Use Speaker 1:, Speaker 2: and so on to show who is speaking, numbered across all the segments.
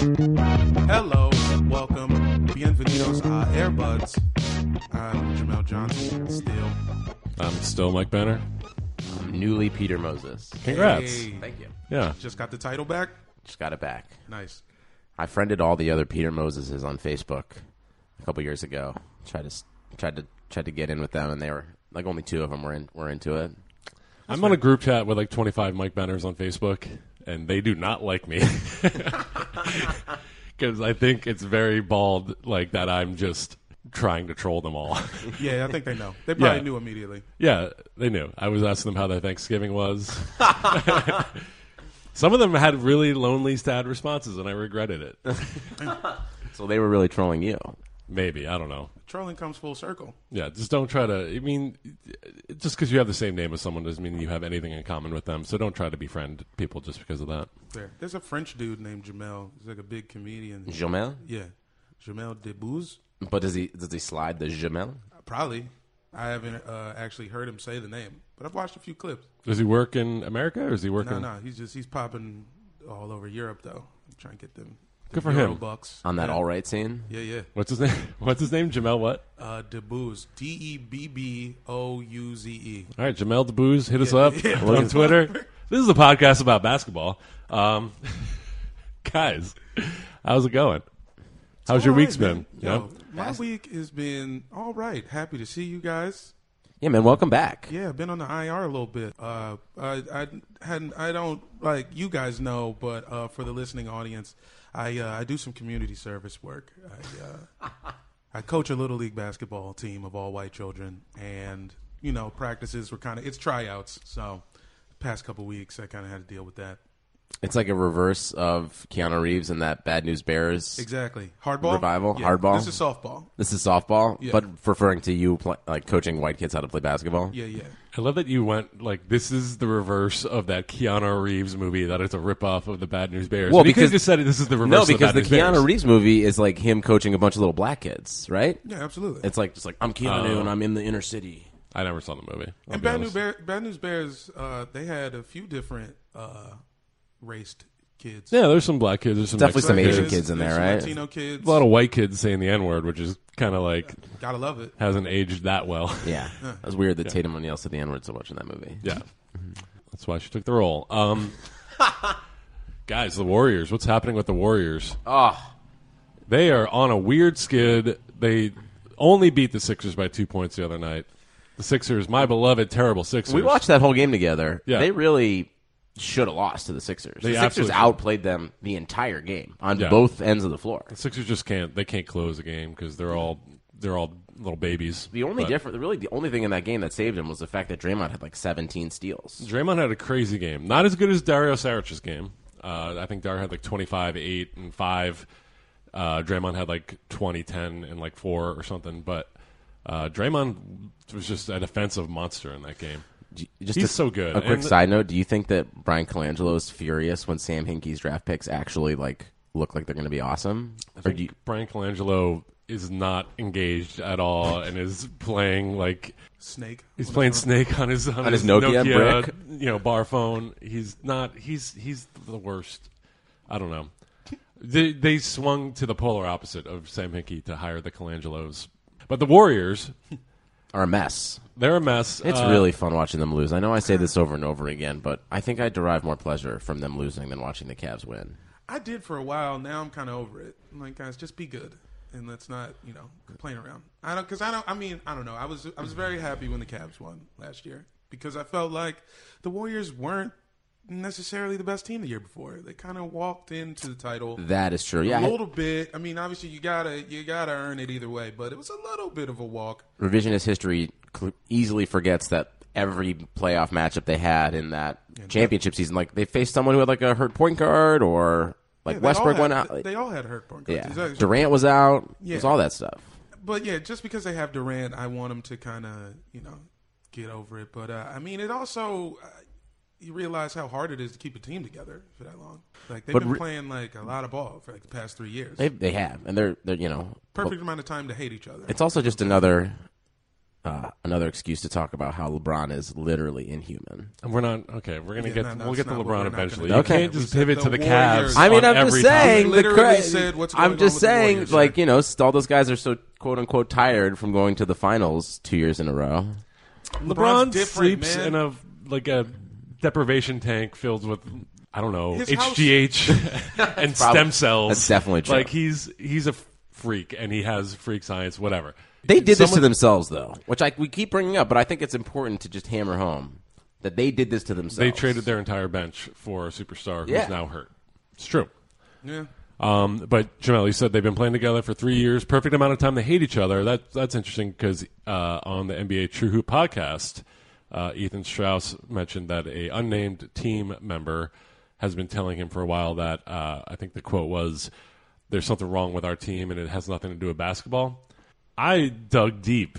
Speaker 1: Hello, welcome, bienvenidos a Airbuds. I'm Jamel Johnson, still.
Speaker 2: I'm still Mike Banner.
Speaker 3: Newly Peter Moses.
Speaker 2: Congrats.
Speaker 3: Thank you.
Speaker 2: Yeah.
Speaker 1: Just got the title back.
Speaker 3: Just got it back.
Speaker 1: Nice.
Speaker 3: I friended all the other Peter Moseses on Facebook a couple years ago. Tried to s- tried to tried to get in with them, and they were like only two of them were in were into it.
Speaker 2: I'm on a group chat with like 25 Mike Banners on Facebook, and they do not like me. Because I think it's very bald, like that I'm just trying to troll them all.
Speaker 1: Yeah, I think they know. They probably
Speaker 2: Yeah.
Speaker 1: knew immediately.
Speaker 2: yeah, they knew. I was asking them how their Thanksgiving was. Some of them had really lonely, sad responses, and I regretted it.
Speaker 3: So they were really trolling you.
Speaker 2: Maybe. I don't know.
Speaker 1: Trolling comes full circle.
Speaker 2: Yeah, just don't try to. I mean, just because you have the same name as someone doesn't mean you have anything in common with them. So don't try to befriend people just because of that.
Speaker 1: There. There's a French dude named Jamel. He's like a big comedian.
Speaker 3: Jamel,
Speaker 1: yeah. Jamel Debbouze?
Speaker 3: but does he does he slide the Jamel?
Speaker 1: Probably. I haven't uh, actually heard him say the name, but I've watched a few clips.
Speaker 2: Does he work in America or is he working?
Speaker 1: No, no, he's just he's popping all over Europe though. I'm trying to get them.
Speaker 2: Good for him.
Speaker 1: Bucks
Speaker 3: on that all right scene?
Speaker 1: Yeah, yeah.
Speaker 2: What's his name? What's his name? Jamel what?
Speaker 1: Uh, Debbouze. D E B B O U Z E.
Speaker 2: All right, Jamel DeBooz, hit us up on Twitter. This is a podcast about basketball. Um, guys, how's it going? How's your
Speaker 1: All right,
Speaker 2: week's been?
Speaker 1: man. Yo,
Speaker 2: Yeah?
Speaker 1: my week has been all right. Happy to see you guys.
Speaker 3: Yeah, man. Welcome back.
Speaker 1: Yeah, I've been on the IR a little bit. Uh, I, I hadn't. I don't like you guys know, but uh, for the listening audience, I uh, I do some community service work. I, uh, I coach a little league basketball team of all white children, and you know practices were kind of it's tryouts. So, past couple weeks, I kind of had to deal with that.
Speaker 3: It's like a reverse of Keanu Reeves and that Bad News Bears.
Speaker 1: Exactly. Hardball.
Speaker 3: Revival?
Speaker 1: Yeah,
Speaker 3: Hardball?
Speaker 1: This is softball.
Speaker 3: This is softball,
Speaker 1: Yeah.
Speaker 3: but referring to you pl- like coaching white kids how to play basketball.
Speaker 1: Yeah, yeah.
Speaker 2: I love that you went like this is the reverse of that Keanu Reeves movie that it's a ripoff of the Bad News Bears.
Speaker 3: Well,
Speaker 2: But you could've
Speaker 3: because-
Speaker 2: just said it, this is the reverse.
Speaker 3: No,
Speaker 2: of the
Speaker 3: because
Speaker 2: Bad
Speaker 3: the
Speaker 2: News
Speaker 3: Keanu
Speaker 2: Bears.
Speaker 3: Reeves movie is like him coaching a bunch of little black kids, right?
Speaker 1: Yeah, absolutely.
Speaker 3: It's like just like I'm Keanu
Speaker 2: Oh.
Speaker 3: and I'm in the inner city.
Speaker 2: I never saw the movie. I'll
Speaker 1: and
Speaker 2: be
Speaker 1: Bad News,
Speaker 2: honest.
Speaker 1: Bear, Bad News Bears, uh, they had a few different uh, raced kids.
Speaker 2: Yeah, there's some black kids. There's some
Speaker 3: Definitely
Speaker 2: mixed
Speaker 3: some
Speaker 2: kids.
Speaker 3: Asian kids in
Speaker 1: There's
Speaker 3: there,
Speaker 1: some
Speaker 3: right?
Speaker 1: Latino kids.
Speaker 2: A lot of white kids saying the N word, which is kind of like
Speaker 1: Gotta love it.
Speaker 2: hasn't aged that well.
Speaker 3: Yeah, it was weird that Tatum O'Neal said the N word so much in that movie.
Speaker 2: Yeah. That's why she took the role. Um, guys, the Warriors. What's happening with the Warriors?
Speaker 3: Ah,
Speaker 2: They are on a weird skid. They only beat the Sixers by two points the other night. The Sixers, my beloved, terrible Sixers.
Speaker 3: we watched that whole game together.
Speaker 2: Yeah.
Speaker 3: They really should have lost to the Sixers.
Speaker 2: They
Speaker 3: the Sixers
Speaker 2: absolutely
Speaker 3: outplayed them the entire game on
Speaker 2: Yeah.
Speaker 3: both ends of the floor.
Speaker 2: The Sixers just can't. They can't close the game because they're all they're all little babies.
Speaker 3: The only
Speaker 2: But
Speaker 3: difference, really, the only thing in that game that saved him was the fact that Draymond had like 17 steals.
Speaker 2: Draymond had a crazy game. Not as good as Dario Saric's game. Uh, I think Dario had like 25, 8, and 5. Uh, Draymond had like 20, 10, and like 4 or something. But uh, Draymond was just an offensive monster in that game.
Speaker 3: Just
Speaker 2: He's
Speaker 3: a,
Speaker 2: so good.
Speaker 3: A quick
Speaker 2: And-
Speaker 3: side note: Do you think that Brian Colangelo is furious when Sam Hinkie's draft picks actually like look like they're going to be awesome?
Speaker 2: I think Brian Colangelo is not engaged at all and is playing like
Speaker 1: Snake.
Speaker 2: He's playing Snake on his on,
Speaker 3: On his Nokia brick?
Speaker 2: you know, bar phone. He's not. He's he's the worst. I don't know. They they swung to the polar opposite of Sam Hickey to hire the Colangelos, but the Warriors
Speaker 3: Are a mess.
Speaker 2: they're a mess.
Speaker 3: It's
Speaker 2: Uh,
Speaker 3: really fun watching them lose. I know I say this over and over again, but I think I derive more pleasure from them losing than watching the Cavs win.
Speaker 1: I did for a while. Now I'm kind of over it. I'm like, guys, just be good and let's not, you know, complain around. I don't, because I don't. I mean, I don't know. I was, I was very happy when the Cavs won last year because I felt like the Warriors weren't necessarily the best team the year before. They kind of walked into the title.
Speaker 3: That is true. Yeah,
Speaker 1: a little bit. I mean, obviously you gotta, you gotta earn it either way. But it was a little bit of a walk.
Speaker 3: revisionist history cl- easily forgets that every playoff matchup they had in that championship season, like they faced someone who had like a hurt point guard or
Speaker 1: Yeah,
Speaker 3: like
Speaker 1: they all
Speaker 3: Westbrook
Speaker 1: had-
Speaker 3: went out.
Speaker 1: They all had hurt point guards.
Speaker 3: yeah,
Speaker 1: Exactly.
Speaker 3: Durant was out. It was
Speaker 1: Yeah.
Speaker 3: all that stuff.
Speaker 1: but yeah, just because they have Durant, I want them to kind of you know get over it. But uh, I mean, it also uh, you realize how hard it is to keep a team together for that long. Like they've
Speaker 3: But
Speaker 1: been
Speaker 3: re-
Speaker 1: playing like a lot of ball for like the past three years.
Speaker 3: They they have, and they're they're you know
Speaker 1: Perfect amount of time to hate each other.
Speaker 3: It's also just another uh, another excuse to talk about how LeBron is literally inhuman.
Speaker 2: We're not okay. We're gonna
Speaker 1: Yeah,
Speaker 2: get
Speaker 1: no,
Speaker 2: to-
Speaker 1: no,
Speaker 2: we'll
Speaker 1: it's
Speaker 2: get to
Speaker 1: not what
Speaker 2: LeBron
Speaker 1: we're not gonna
Speaker 2: eventually.
Speaker 1: do.
Speaker 2: You
Speaker 3: Okay.
Speaker 2: can't
Speaker 1: We
Speaker 2: just
Speaker 1: said
Speaker 2: pivot
Speaker 1: the
Speaker 2: to the
Speaker 1: Warriors.
Speaker 2: Cavs.
Speaker 3: I mean,
Speaker 2: on
Speaker 3: I'm just
Speaker 2: every topic.
Speaker 3: saying.
Speaker 1: He literally
Speaker 3: the cra-
Speaker 1: said what's going
Speaker 3: I'm
Speaker 1: on
Speaker 3: just
Speaker 1: with the
Speaker 3: saying,
Speaker 1: Warriors.
Speaker 3: like you know, all those guys are so quote unquote tired from going to the finals two years in a row.
Speaker 2: LeBron
Speaker 1: LeBron's different,
Speaker 2: sleeps
Speaker 1: man.
Speaker 2: in a like a deprivation tank filled with I don't know
Speaker 1: His house-
Speaker 2: HGH and stem cells.
Speaker 3: that's definitely true.
Speaker 2: Like he's he's a freak and he has freak science. Whatever.
Speaker 3: They did this to
Speaker 2: Someone-
Speaker 3: themselves, though, which I we keep bringing up, but I think it's important to just hammer home that they did this to themselves.
Speaker 2: They traded their entire bench for a superstar who's
Speaker 3: Yeah.
Speaker 2: now hurt. It's true.
Speaker 1: yeah.
Speaker 2: Um, but Jamel, you said they've been playing together for three years, perfect amount of time to hate each other. That that's interesting because uh, on the NBA True Hoop podcast, uh, Ethan Strauss mentioned that a unnamed team member has been telling him for a while that uh, I think the quote was, "There's something wrong with our team, and it has nothing to do with basketball." I dug deep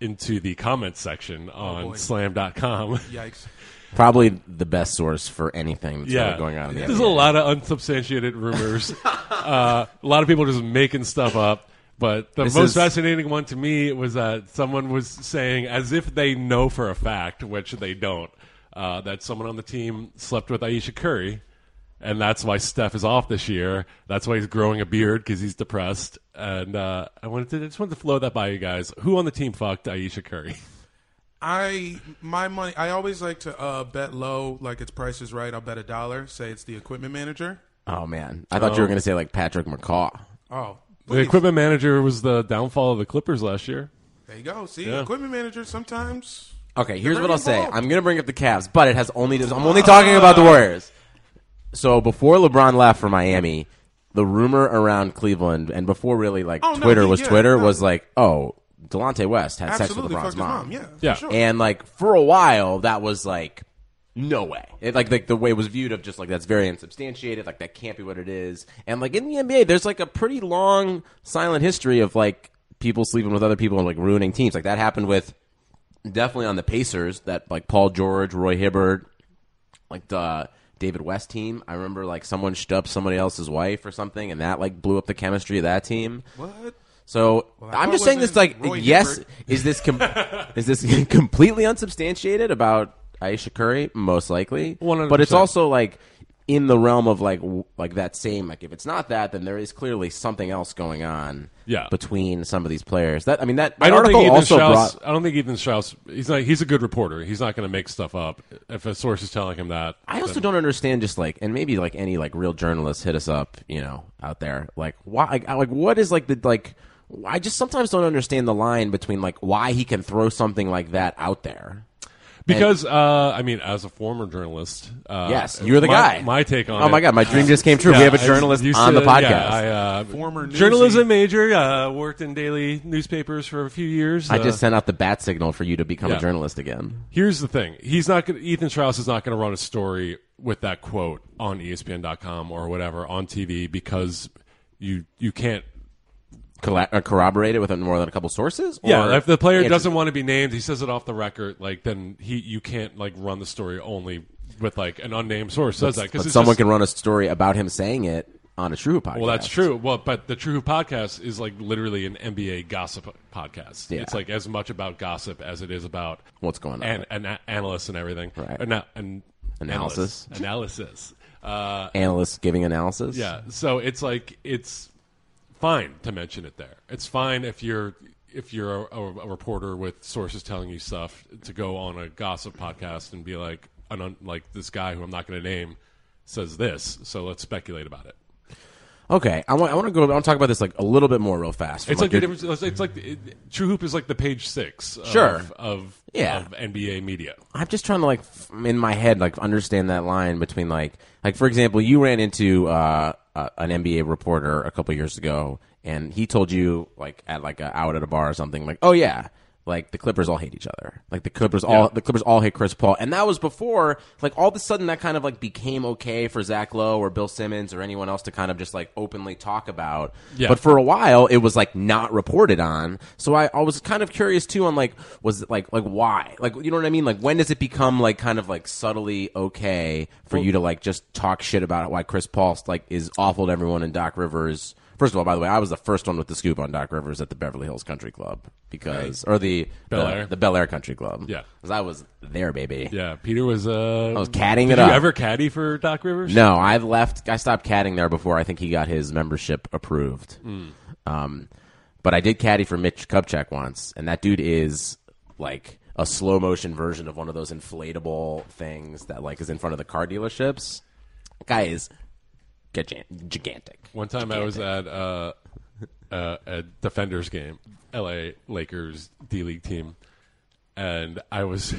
Speaker 2: into the comments section on
Speaker 1: boy.
Speaker 2: Slam.com.
Speaker 1: Yikes.
Speaker 3: probably the best source for anything that's really going on. In the
Speaker 2: There's
Speaker 3: NBA.
Speaker 2: a lot of unsubstantiated rumors. uh, a lot of people just making stuff up. But the
Speaker 3: This
Speaker 2: most
Speaker 3: is-
Speaker 2: fascinating one to me was that someone was saying, as if they know for a fact, which they don't, uh, that someone on the team slept with Aisha Curry. And that's why Steph is off this year. That's why he's growing a beard because he's depressed. And uh, I wanted to I just wanted to float that by you guys. Who on the team fucked Aisha Curry?
Speaker 1: I my money. I always like to uh, bet low, like it's Price is Right. I'll bet a dollar. Say it's the equipment manager.
Speaker 3: Oh man, I thought you were going to say like Patrick McCaw.
Speaker 1: Oh,
Speaker 2: The equipment manager was the downfall of the Clippers last year.
Speaker 1: there you go. See,
Speaker 2: Yeah.
Speaker 1: equipment manager sometimes.
Speaker 3: Okay, here's
Speaker 1: very
Speaker 3: what I'll say.
Speaker 1: involved.
Speaker 3: I'm going to bring up the Cavs, but it has only. I'm only talking about the Warriors. So before LeBron left for Miami, the rumor around Cleveland and before really like
Speaker 1: Oh, no,
Speaker 3: Twitter
Speaker 1: yeah,
Speaker 3: was
Speaker 1: yeah,
Speaker 3: Twitter
Speaker 1: no.
Speaker 3: was like, oh, Delonte West had
Speaker 1: Absolutely,
Speaker 3: sex
Speaker 1: fucked
Speaker 3: with LeBron's
Speaker 1: his mom. Yeah,
Speaker 2: Yeah.
Speaker 1: For sure.
Speaker 3: And like for a while, that was like no way. It, like like the way it was viewed of just like that's very insubstantiated. Like that can't be what it is. And like in the NBA, there's like a pretty long silent history of like people sleeping with other people and like ruining teams. Like that happened with definitely on the Pacers that like Paul George, Roy Hibbert, like the David West team. I remember like someone shoved somebody else's wife or something, and that like blew up the chemistry of that team.
Speaker 1: what?
Speaker 3: So
Speaker 1: that
Speaker 3: I'm
Speaker 1: one
Speaker 3: just saying this,
Speaker 1: wasn't
Speaker 3: like,
Speaker 1: Roy
Speaker 3: yes,
Speaker 1: Hibbert.
Speaker 3: is this com- is this completely unsubstantiated about Aisha Curry? Most likely,
Speaker 2: 100%.
Speaker 3: but it's also like in the realm of like w- like that same like if it's not that then there is clearly something else going on
Speaker 2: Yeah.
Speaker 3: between some of these players that I mean that
Speaker 2: I
Speaker 3: the
Speaker 2: don't think
Speaker 3: article
Speaker 2: Ethan
Speaker 3: also
Speaker 2: Strauss.
Speaker 3: brought
Speaker 2: I don't think Ethan Strauss. He's not. He's a good reporter. He's not going to make stuff up. If a source is telling him that,
Speaker 3: I also don't understand just like and maybe like any like real journalists hit us up you know out there like why like, I- like what is like the like I just sometimes don't understand the line between like why he can throw something like that out there
Speaker 2: Because uh, I mean, as a former journalist, uh,
Speaker 3: Yes, you're the
Speaker 2: my-
Speaker 3: guy.
Speaker 2: My take on
Speaker 3: Oh my
Speaker 2: it-
Speaker 3: God, my dream just came true. We have a
Speaker 2: I
Speaker 3: journalist
Speaker 2: used
Speaker 3: on the
Speaker 2: yeah,
Speaker 3: podcast.
Speaker 2: I, uh,
Speaker 1: Former newsie.
Speaker 2: journalism major, uh, worked in daily newspapers for a few years.
Speaker 3: I
Speaker 2: uh,
Speaker 3: just sent out the bat signal for you to become
Speaker 2: yeah.
Speaker 3: a journalist again
Speaker 2: Here's the thing: he's not. Gonna, Ethan Strauss is not going to run a story with that quote on E ESPN.com or whatever on TV because you you can't.
Speaker 3: Colla- uh, corroborate it with more than a couple sources or
Speaker 2: yeah, if the player
Speaker 3: answer-
Speaker 2: doesn't want to be named, he says it off the record. Like then he you can't like run the story only with like an unnamed source says that
Speaker 3: but
Speaker 2: because
Speaker 3: someone
Speaker 2: just,
Speaker 3: can run a story about him saying it on a true podcast
Speaker 2: Well, that's true. Well, but the True Who podcast is like literally an NBA gossip podcast.
Speaker 3: Yeah.
Speaker 2: It's like as much about gossip as it is about
Speaker 3: What's going on.
Speaker 2: and, and a- analysts and everything.
Speaker 3: Right.
Speaker 2: Or not- and
Speaker 3: Analysis.
Speaker 2: analysts. Analysis. Uh,
Speaker 3: analysts giving analysis
Speaker 2: yeah. So it's like it's fine to mention it there. It's fine if you're if you're a, a reporter with sources telling you stuff to go on a gossip podcast and be like an un, like this guy who I'm not going to name says this, so let's speculate about it.
Speaker 3: okay I want I want to go I want to talk about this like a little bit more real fast from,
Speaker 2: It's like, the
Speaker 3: your-
Speaker 2: difference. It's, it's like it, True Hoop is like the page six. Of,
Speaker 3: Sure.
Speaker 2: Of,
Speaker 3: Yeah.
Speaker 2: of NBA media.
Speaker 3: I'm just trying to like f- in my head like understand that line between like like for example, you ran into uh, uh, an NBA reporter a couple years ago, and he told you like at like a out at a bar or something like, oh yeah. Like the Clippers all hate each other. Like the Clippers all the Clippers all hate Chris Paul, and that was before. Like all of a sudden, that kind of like became okay for Zach Lowe or Bill Simmons or anyone else to kind of just like openly talk about.
Speaker 2: Yeah.
Speaker 3: But for a while, it was like not reported on. So I, I was kind of curious too on like was it like like why like you know what I mean like when does it become like kind of like subtly okay for you to like just talk shit about why Chris Paul like is awful to everyone in Doc Rivers. First of all, by the way, I was the first one with the scoop on Doc Rivers at the Beverly Hills Country Club because or the
Speaker 2: Bel
Speaker 3: the-
Speaker 2: Air.
Speaker 3: the Bel Air Country Club.
Speaker 2: Yeah.
Speaker 3: 'Cause I was there, baby.
Speaker 2: Yeah. Peter was. Uh, I
Speaker 3: was catting
Speaker 2: did
Speaker 3: it
Speaker 2: you
Speaker 3: up.
Speaker 2: ever caddy for Doc Rivers?
Speaker 3: No, I left. I stopped caddying there before I think he got his membership approved. Um, but I did caddy for Mitch Kupchak once, and that dude is like a slow motion version of one of those inflatable things that like is in front of the car dealerships. Guy is gigan- gigantic.
Speaker 2: One time I was at uh, uh, a Defenders game, LA Lakers D League team, and I was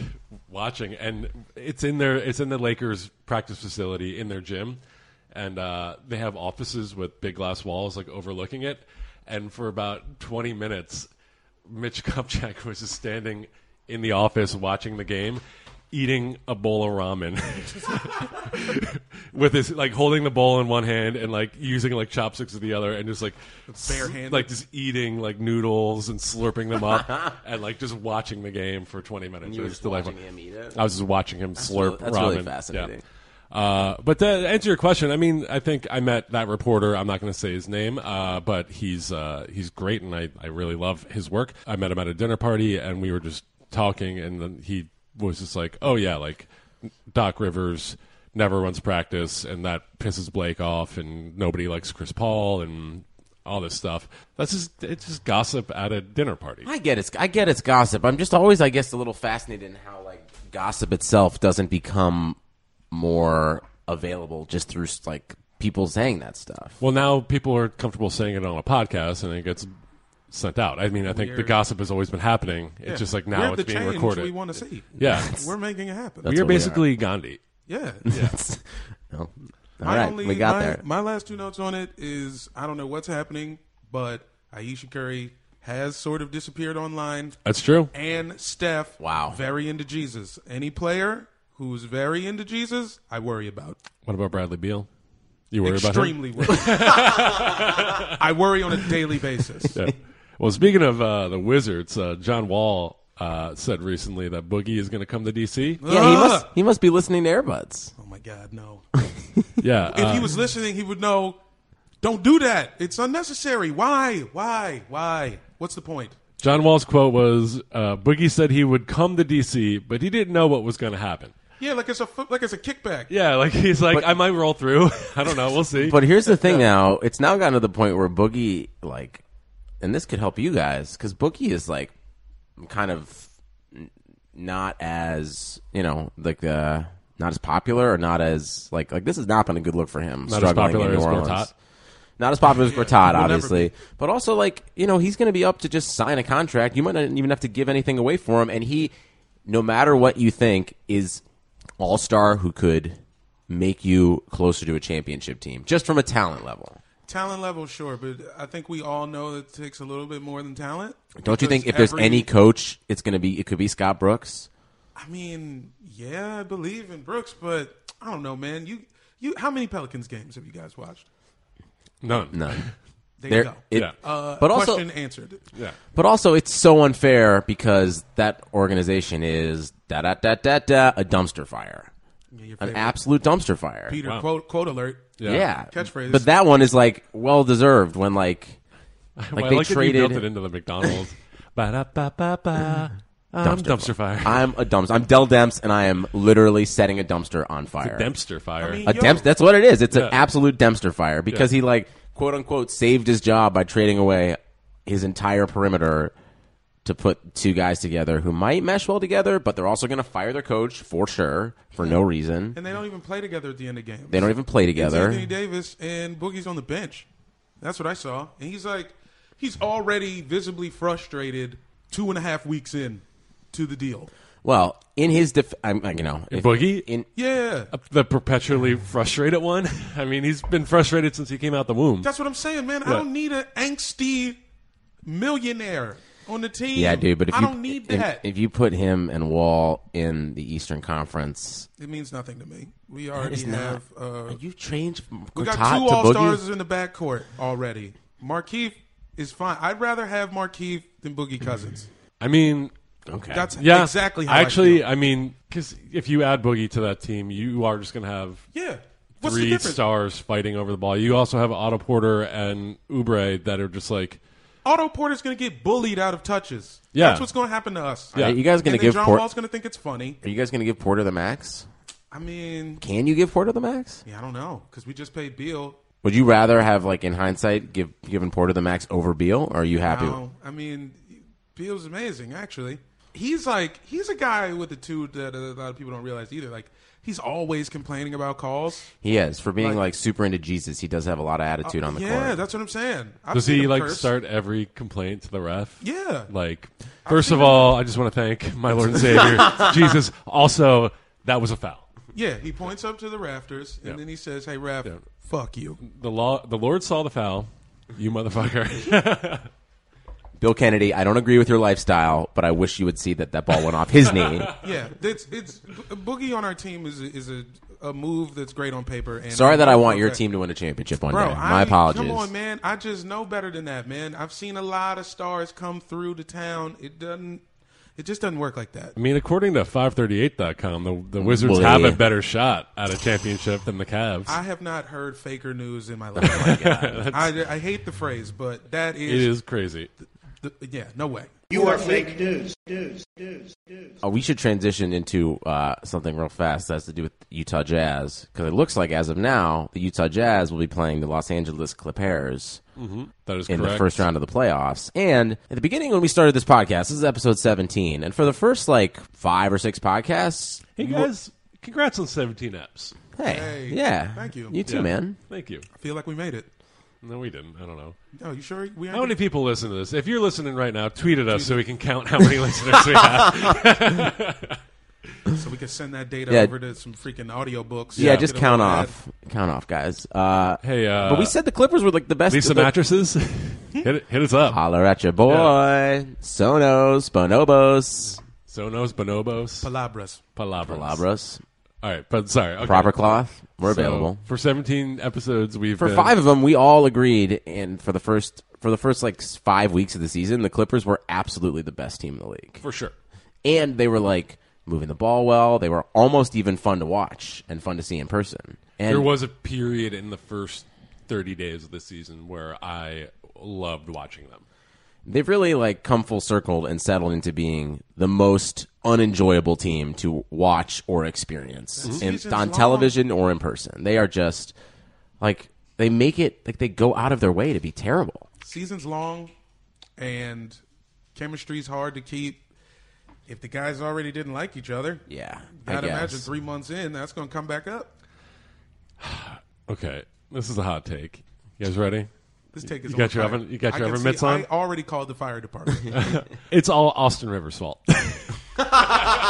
Speaker 2: watching, and it's in their it's in the Lakers practice facility in their gym, and uh, they have offices with big glass walls like overlooking it, and for about twenty minutes, Mitch Kupchak was just standing in the office watching the game. Eating a bowl of ramen with his like holding the bowl in one hand and like using like chopsticks with the other and just like
Speaker 1: Barehanded.
Speaker 2: like just eating like noodles and slurping them up and like just watching the game for 20 minutes. It
Speaker 3: you were
Speaker 2: was
Speaker 3: just
Speaker 2: delightful.
Speaker 3: watching him eat it?
Speaker 2: I was just watching him slurp
Speaker 3: really- that's
Speaker 2: ramen.
Speaker 3: really
Speaker 2: Yeah.
Speaker 3: fascinating.
Speaker 2: Uh, but to answer your question, I mean, I think I met that reporter. I'm not going to say his name, uh, but he's uh, he's great, and I, I really love his work. I met him at a dinner party, and we were just talking, and then he was just like, "Oh yeah, like Doc Rivers never runs practice, and that pisses Blake off, and nobody likes Chris Paul, and all this stuff. That's just it's just gossip at a dinner party.
Speaker 3: I get it's I get it's gossip. I'm just always I guess a little fascinated in how like gossip itself doesn't become more available just through like people saying that stuff.
Speaker 2: Well, now people are comfortable saying it on a podcast, and it gets sent out. I mean, I think the gossip has always been happening. It's just like
Speaker 1: We're at
Speaker 2: now it's
Speaker 1: the
Speaker 2: being
Speaker 1: change
Speaker 2: recorded.
Speaker 1: We want to see.
Speaker 2: Yeah.
Speaker 1: we're making it happen.
Speaker 2: we are basically Gandhi.
Speaker 1: yeah.
Speaker 3: No. All
Speaker 1: My
Speaker 3: right,
Speaker 1: only-
Speaker 3: we got
Speaker 1: my,
Speaker 3: there.
Speaker 1: My last two notes on it is I don't know what's happening, but Aisha Curry has sort of disappeared online,
Speaker 2: That's true.
Speaker 1: and Steph,
Speaker 3: Wow.
Speaker 1: very into Jesus. Any player who's very into Jesus, I worry about.
Speaker 2: What about Bradley Beal? You worry
Speaker 1: Extremely worried. I worry on a daily basis.
Speaker 2: about him? Yeah. Well, speaking of uh, the Wizards, uh, John Wall uh, said recently that Boogie is going to come to DC.
Speaker 3: yeah, he
Speaker 1: uh,
Speaker 3: must he must be listening to Airbuds.
Speaker 1: Oh my God, no!
Speaker 2: Yeah.
Speaker 1: If he
Speaker 2: uh,
Speaker 1: was listening, he would know. Don't do that. It's unnecessary. Why? Why? Why? What's the point?
Speaker 2: John Wall's quote was uh, Boogie said he would come to DC, but he didn't know what was going to happen.
Speaker 1: Yeah, like it's a fo- like it's a kickback.
Speaker 2: Yeah, like he's like, I might roll through. I don't know. We'll see.
Speaker 3: But here's the thing now, it's now gotten to the point where Boogie like and this could help you guys cuz Boogie is like kind of n- not as, you know, like uh not as popular or not as like like this has not been a good look for him
Speaker 2: Not as
Speaker 3: struggling
Speaker 2: popular
Speaker 3: in New
Speaker 2: as
Speaker 3: Orleans.
Speaker 2: Gortat.
Speaker 3: Not as popular as Gortat,
Speaker 2: never
Speaker 3: obviously, but also like you know he's going to be up to just sign a contract. You might not even have to give anything away for him, and he, no matter what you think, is all star who could make you closer to a championship team just from a talent level.
Speaker 1: Talent level, sure, but I think we all know that it takes a little bit more than talent.
Speaker 3: Don't you
Speaker 1: Because
Speaker 3: think if there's
Speaker 1: every-
Speaker 3: any coach, it's going to be it could be Scott Brooks.
Speaker 1: I mean, yeah, I believe in Brooks, but I don't know, man. You you, how many Pelicans games have you guys watched?
Speaker 2: None.
Speaker 3: None.
Speaker 1: There,
Speaker 3: There-
Speaker 1: you go.
Speaker 3: it-
Speaker 1: Uh,
Speaker 3: but also-
Speaker 1: question answered.
Speaker 3: But also, it's so unfair because that organization is da da da da da a dumpster fire,
Speaker 1: your
Speaker 3: an
Speaker 1: favorite.
Speaker 3: absolute dumpster fire.
Speaker 1: Peter quote quote alert.
Speaker 3: Yeah.
Speaker 1: Catchphrase.
Speaker 3: But that one is like well deserved when like like
Speaker 2: Well, I
Speaker 3: they
Speaker 2: like that you
Speaker 3: traded
Speaker 2: built it into the McDonald's. Ba-da-ba-ba-ba. I'm dumpster fire.
Speaker 3: I'm a dumpster. I'm Del Demps, and I am literally setting a dumpster on fire.
Speaker 2: dumpster fire. I mean,
Speaker 3: a
Speaker 2: yo.
Speaker 3: demps- That's what it is. It's
Speaker 2: Yeah.
Speaker 3: an absolute dumpster fire because he like quote unquote saved his job by trading away his entire perimeter to put two guys together who might mesh well together, but they're also going to fire their coach for sure for no reason.
Speaker 1: and they don't even play together at the end of games.
Speaker 3: They don't even play
Speaker 1: It's
Speaker 3: together.
Speaker 1: Anthony Davis and Boogie's on the bench. That's what I saw, and he's like, he's already visibly frustrated. Two and a half weeks in to the deal.
Speaker 3: Well, in his def- I'm, I- you know, if,
Speaker 2: Boogie?
Speaker 3: in
Speaker 1: Yeah,
Speaker 2: the perpetually frustrated one. I mean, he's been frustrated since he came out the womb.
Speaker 1: that's what I'm saying, man. I
Speaker 2: Yeah.
Speaker 1: don't need an angsty millionaire on the team.
Speaker 3: Yeah, dude. But if
Speaker 1: I
Speaker 3: you,
Speaker 1: don't need
Speaker 3: if-
Speaker 1: that,
Speaker 3: If, you put him and Wall in the Eastern Conference,
Speaker 1: it means nothing to me. We
Speaker 3: it's
Speaker 1: already
Speaker 3: not.
Speaker 1: have. Uh,
Speaker 3: you change from
Speaker 1: we got two
Speaker 3: Gortat to
Speaker 1: all stars
Speaker 3: Boogie?
Speaker 1: in the backcourt already. Markeith is fine. I'd rather have Markeith than Boogie Cousins.
Speaker 2: I mean,
Speaker 3: Okay.
Speaker 1: That's
Speaker 2: yeah,
Speaker 1: exactly how I
Speaker 2: Actually,
Speaker 1: feel.
Speaker 2: I, mean, because if you add Boogie to that team, you are just going to have
Speaker 1: Yeah. What's the
Speaker 2: three
Speaker 1: difference?
Speaker 2: stars fighting over the ball. You also have Otto Porter and Ubre that are just like
Speaker 1: Otto Porter's going to get bullied out of touches.
Speaker 2: Yeah.
Speaker 1: That's what's going to happen to us.
Speaker 3: Are you guys
Speaker 1: And
Speaker 3: going to
Speaker 1: then
Speaker 3: give
Speaker 1: John
Speaker 3: Port-
Speaker 1: Wall's going to think it's funny.
Speaker 3: Are you guys going to give Porter the max?
Speaker 1: I mean,
Speaker 3: Can you give Porter the max?
Speaker 1: yeah, I don't know because we just paid Beal.
Speaker 3: Would you rather have like in hindsight give given Porter the max over Beal? Or are you happy?
Speaker 1: Now, Um, I mean, Beal's amazing. Actually, he's like he's a guy with attitude that a lot of people don't realize either. Like he's always complaining about calls.
Speaker 3: He is for being
Speaker 1: Like- Uh,
Speaker 3: like, super into Jesus. He does have a lot of attitude on the
Speaker 1: yeah,
Speaker 3: court.
Speaker 1: that's what I'm saying. I've
Speaker 2: Does
Speaker 1: seen
Speaker 2: he
Speaker 1: him
Speaker 2: like
Speaker 1: curse.
Speaker 2: start every complaint to the ref?
Speaker 1: Yeah.
Speaker 2: Like, first of all, I just want to thank my Lord and Savior Jesus. Also, that was a foul.
Speaker 1: Yeah, he points up to the rafters and then he says, "Hey, ref, fuck you."
Speaker 2: The law, the Lord saw the foul. You motherfucker.
Speaker 3: Bill Kennedy, I don't agree with your lifestyle, but I wish you would see that that ball went off his knee.
Speaker 1: Yeah, it's it's Boogie on our team is is a, a move that's great on paper. And
Speaker 3: Sorry that I want your
Speaker 1: Okay.
Speaker 3: team to win a championship one
Speaker 1: Bro,
Speaker 3: day.
Speaker 1: I-
Speaker 3: My apologies.
Speaker 1: Come on, man. I just know better than that, man. I've seen a lot of stars come through the town. It doesn't. It just doesn't work like that.
Speaker 2: I mean, according to 538.com, the, the Wizards
Speaker 3: Bully.
Speaker 2: have a better shot at a championship than the Cavs.
Speaker 1: I have not heard faker news in my life. I, I hate the phrase, but that
Speaker 2: it
Speaker 1: is.
Speaker 2: is crazy.
Speaker 1: The, yeah, no way.
Speaker 3: Oh, we should transition into uh, something real fast that has to do with Utah Jazz because it looks like as of now the Utah Jazz will be playing the Los Angeles Clippers
Speaker 2: Mm-hmm. That is
Speaker 3: in
Speaker 2: correct.
Speaker 3: the first round of the playoffs. And at the beginning when we started this podcast, this is episode seventeen, and for the first like five or six podcasts,
Speaker 2: Hey guys, congrats on 17 apps.
Speaker 3: hey,
Speaker 1: Hey,
Speaker 3: yeah,
Speaker 1: thank you.
Speaker 3: you too,
Speaker 2: Yeah.
Speaker 3: man.
Speaker 2: Thank you.
Speaker 1: I feel like we made it.
Speaker 2: No, we didn't. I don't know.
Speaker 1: No, you sure we?
Speaker 2: How many people listen to this? If you're listening right now, tweet at us so we can count how many listeners we have.
Speaker 1: So we can send that data
Speaker 3: Yeah.
Speaker 1: over to some freaking audiobooks.
Speaker 3: Yeah, just
Speaker 1: Get a
Speaker 3: count
Speaker 1: little ad.
Speaker 3: off, count off, guys. Uh,
Speaker 2: Hey, uh,
Speaker 3: but we said the Clippers were like the best.
Speaker 2: leave some
Speaker 3: the-
Speaker 2: mattresses. hit, it- hit us up.
Speaker 3: Holler at your boy, Sonos, Bonobos,
Speaker 2: Sonos, bonobos,
Speaker 1: Palabras.
Speaker 2: palabras.
Speaker 3: Palabras,
Speaker 2: All right, but sorry. Okay.
Speaker 3: Proper Cloth. We're
Speaker 2: So,
Speaker 3: available.
Speaker 2: for 17 episodes. We've
Speaker 3: for
Speaker 2: been-
Speaker 3: five of them we all agreed and for the first for the first like s- five weeks of the season the clippers were absolutely the best team in the league
Speaker 2: for sure.
Speaker 3: and they were like moving the ball well they were almost even fun to watch and fun to see in person and
Speaker 2: there was a period in the first 30 days of the season where I loved watching them.
Speaker 3: they've really like come full circle and settled into being the most unenjoyable team to watch or experience
Speaker 1: Mhm.
Speaker 3: in-
Speaker 1: Season's
Speaker 3: on
Speaker 1: long.
Speaker 3: television or in person. They are just like they make it like they go out of their way to be terrible.
Speaker 1: season's long and chemistry's hard to keep. If the guys already didn't like each other,
Speaker 3: yeah,
Speaker 2: I
Speaker 1: I'd imagine
Speaker 2: guess.
Speaker 1: three months in, that's going to come back up.
Speaker 2: Okay, this is a hot take. You guys ready?
Speaker 1: This take is
Speaker 2: you got
Speaker 1: on
Speaker 2: your
Speaker 1: fire.
Speaker 2: oven. You got
Speaker 1: I
Speaker 2: your
Speaker 1: can
Speaker 2: oven
Speaker 1: see-
Speaker 2: mitts on.
Speaker 1: I already called the fire department.
Speaker 2: it's all Austin Rivers' fault.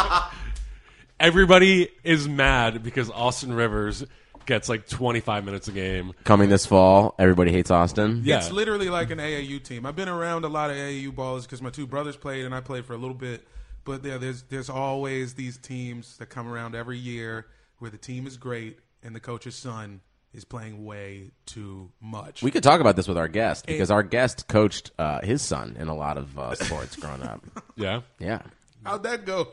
Speaker 2: Everybody is mad because Austin Rivers gets like 25 minutes a game.
Speaker 3: Coming this fall, everybody hates Austin.
Speaker 1: It's literally like an AAU team. I've been around a lot of AAU ballers because my two brothers played and I played for a little bit. But yeah, there's there's always these teams that come around every year where the team is great and the coach's son is playing way too much.
Speaker 3: We could talk about this with our guest because
Speaker 1: It-
Speaker 3: our guest coached uh, his son in a lot of uh, sports growing up.
Speaker 2: Yeah,
Speaker 3: yeah.
Speaker 1: How'd that go?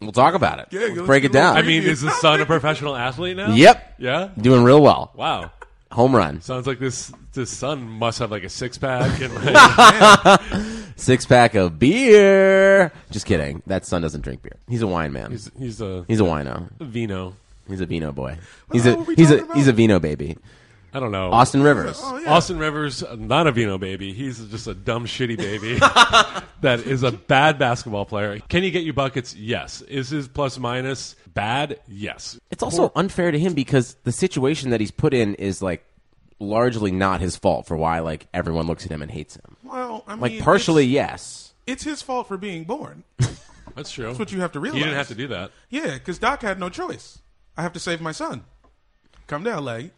Speaker 3: We'll talk about it.
Speaker 1: Yeah,
Speaker 3: Let's
Speaker 1: let's
Speaker 3: break
Speaker 1: do
Speaker 3: it
Speaker 1: a little
Speaker 3: down.
Speaker 2: I mean, is his son a professional athlete now?
Speaker 3: Yep.
Speaker 2: Yeah.
Speaker 3: Doing real well.
Speaker 2: Wow.
Speaker 3: Home run.
Speaker 2: Sounds like this this son must have like a six pack and like,
Speaker 3: Six pack of beer. Just kidding. That son doesn't drink beer. He's a wine man.
Speaker 2: He's- he's a-
Speaker 3: he's a wino.
Speaker 2: vino.
Speaker 3: He's a vino boy. He's a he's a he's a vino baby.
Speaker 2: I don't know.
Speaker 3: Austin Rivers.
Speaker 2: Austin Rivers, uh, not a Vino baby. He's just a dumb, shitty baby that is a bad basketball player. Can he get you buckets? Yes. Is his plus minus bad? Yes.
Speaker 3: It's also unfair to him because the situation that he's put in is like largely not his fault for why like everyone looks at him and hates him.
Speaker 1: Well, I
Speaker 3: like
Speaker 1: mean,
Speaker 3: partially
Speaker 1: it's-
Speaker 3: yes.
Speaker 1: It's his fault for being born.
Speaker 2: That's true.
Speaker 1: That's what you have to realize.
Speaker 2: He didn't have to do that.
Speaker 1: Yeah, because Doc had no choice. I have to save my son. Come down, Leggy.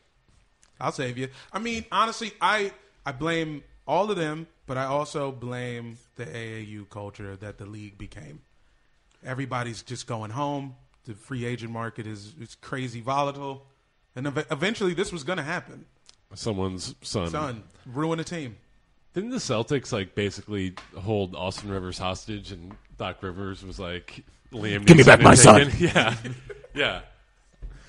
Speaker 1: I'll save you. I mean, honestly, I I blame all of them, but I also blame the AAU culture that the league became. Everybody's just going home. The free agent market is it's crazy volatile, and ev- eventually this was going to happen.
Speaker 2: Someone's son.
Speaker 1: Son, ruin a team.
Speaker 2: Didn't the Celtics like basically hold Austin Rivers hostage, and Doc Rivers was like, "Liam,
Speaker 3: Give me
Speaker 2: Neeson
Speaker 3: back my
Speaker 2: and
Speaker 3: son.
Speaker 2: Tatum- Yeah, yeah.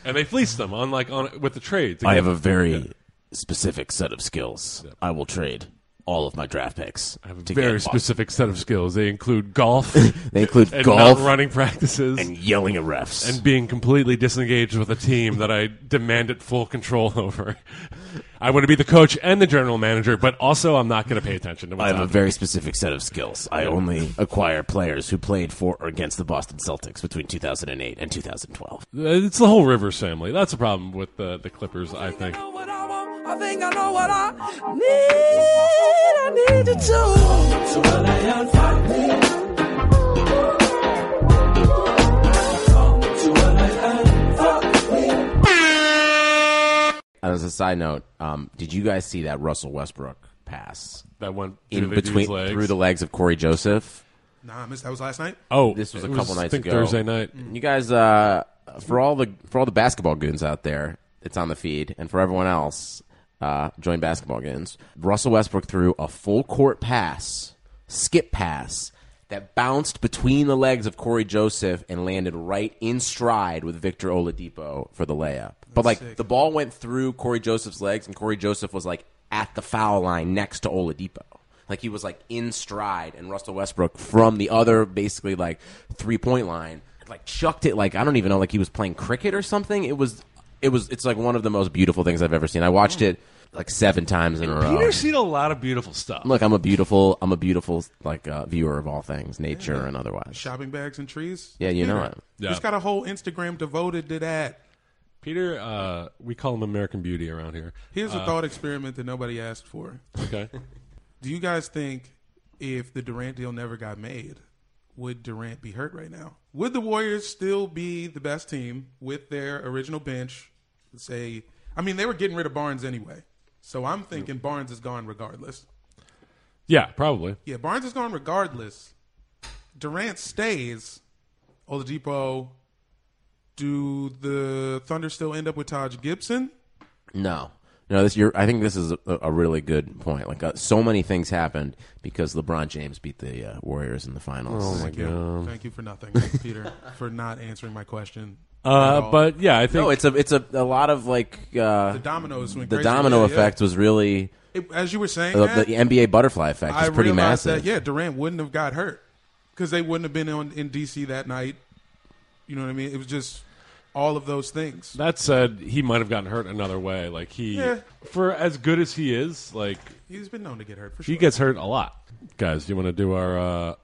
Speaker 2: And they fleeced them on like on with the trade. to
Speaker 4: I
Speaker 2: get-
Speaker 4: have a very specific set of skills. I will trade all of my draft picks. I have
Speaker 2: very specific set of skills. They include golf.
Speaker 4: They include
Speaker 2: and
Speaker 4: golf
Speaker 2: not running practices
Speaker 4: and yelling at refs.
Speaker 2: and being completely disengaged with a team that I demanded full control over. I want to be the coach and the general manager, but also I'm not going to pay attention to
Speaker 4: I
Speaker 2: what's
Speaker 4: have a
Speaker 2: happening.
Speaker 4: very specific set of skills. I only acquire players who played for or against the Boston Celtics between 2008 and 2012.
Speaker 2: It's the whole Rivers family. That's a problem with the the Clippers. I think.
Speaker 5: I think I know what I need. I need to do. So will I unfuck me? So will I unfuck me?
Speaker 3: As a side note, um, did you guys see that Russell Westbrook pass
Speaker 2: That went through
Speaker 3: in
Speaker 2: the
Speaker 3: between
Speaker 2: dude's legs?
Speaker 3: through the legs of Corey Joseph?
Speaker 1: Nah, I missed that was last night.
Speaker 2: Oh,
Speaker 3: this was a
Speaker 2: it was,
Speaker 3: couple
Speaker 2: I
Speaker 3: nights
Speaker 2: think,
Speaker 3: ago.
Speaker 2: Thursday night.
Speaker 3: You guys, uh, for all the for all the basketball goons out there, it's on the feed, and for everyone else, uh, join basketball goons. Russell Westbrook threw a full court pass, skip pass that bounced between the legs of Corey Joseph and landed right in stride with Victor Oladipo for the layup. But like the ball went through Corey Joseph's legs, and Corey Joseph was like at the foul line next to Oladipo. Like he was like in stride, and Russell Westbrook from the other basically like three point line, like chucked it like I don't even know, like he was playing cricket or something. It was, it was, it's like one of the most beautiful things I've ever seen. I watched it like seven times in a row.
Speaker 2: Peter's seen a lot of beautiful stuff.
Speaker 3: Look, I'm a beautiful, I'm a beautiful like uh, viewer of all things, nature and otherwise.
Speaker 1: Shopping bags and trees.
Speaker 3: Yeah, you know it.
Speaker 2: Yeah.
Speaker 1: He's got a whole Instagram devoted to that.
Speaker 2: Peter, uh, we call him American Beauty around here.
Speaker 1: Here's
Speaker 2: Uh,
Speaker 1: a thought experiment that nobody asked for.
Speaker 2: Okay.
Speaker 1: Do you guys think if the Durant deal never got made, would Durant be hurt right now? Would the Warriors still be the best team with their original bench? Say, I mean, they were getting rid of Barnes anyway. So I'm thinking Barnes is gone regardless.
Speaker 2: Yeah, probably.
Speaker 1: Yeah, Barnes is gone regardless. Durant stays. Oladipo. Do the Thunder still end up with Taj Gibson?
Speaker 3: No. No, this you're, I think this is a, a really good point. Like uh, so many things happened because LeBron James beat
Speaker 1: Oh,
Speaker 3: the uh, Warriors in the finals.
Speaker 1: Thank you. Thank you for nothing, Peter, for not answering my question.
Speaker 2: Uh, but yeah, I think
Speaker 3: no. It's a it's a, a lot of like uh,
Speaker 1: The dominoes went
Speaker 3: The
Speaker 1: crazy.
Speaker 3: domino
Speaker 1: Yeah, yeah.
Speaker 3: effect was really
Speaker 1: It- as you were saying
Speaker 3: uh,
Speaker 1: that,
Speaker 3: the NBA butterfly effect
Speaker 1: I
Speaker 3: is pretty
Speaker 1: realized
Speaker 3: massive.
Speaker 1: That, yeah, Durant wouldn't have got hurt because they wouldn't have been on, in DC that night. You know what I mean? It was just all of those things.
Speaker 2: That said, he might have gotten hurt another way. Like he,
Speaker 1: Yeah.
Speaker 2: for as good as he is, like
Speaker 1: He's been known to get hurt for
Speaker 2: he
Speaker 1: sure.
Speaker 2: gets hurt a lot. Guys, you want to do our uh,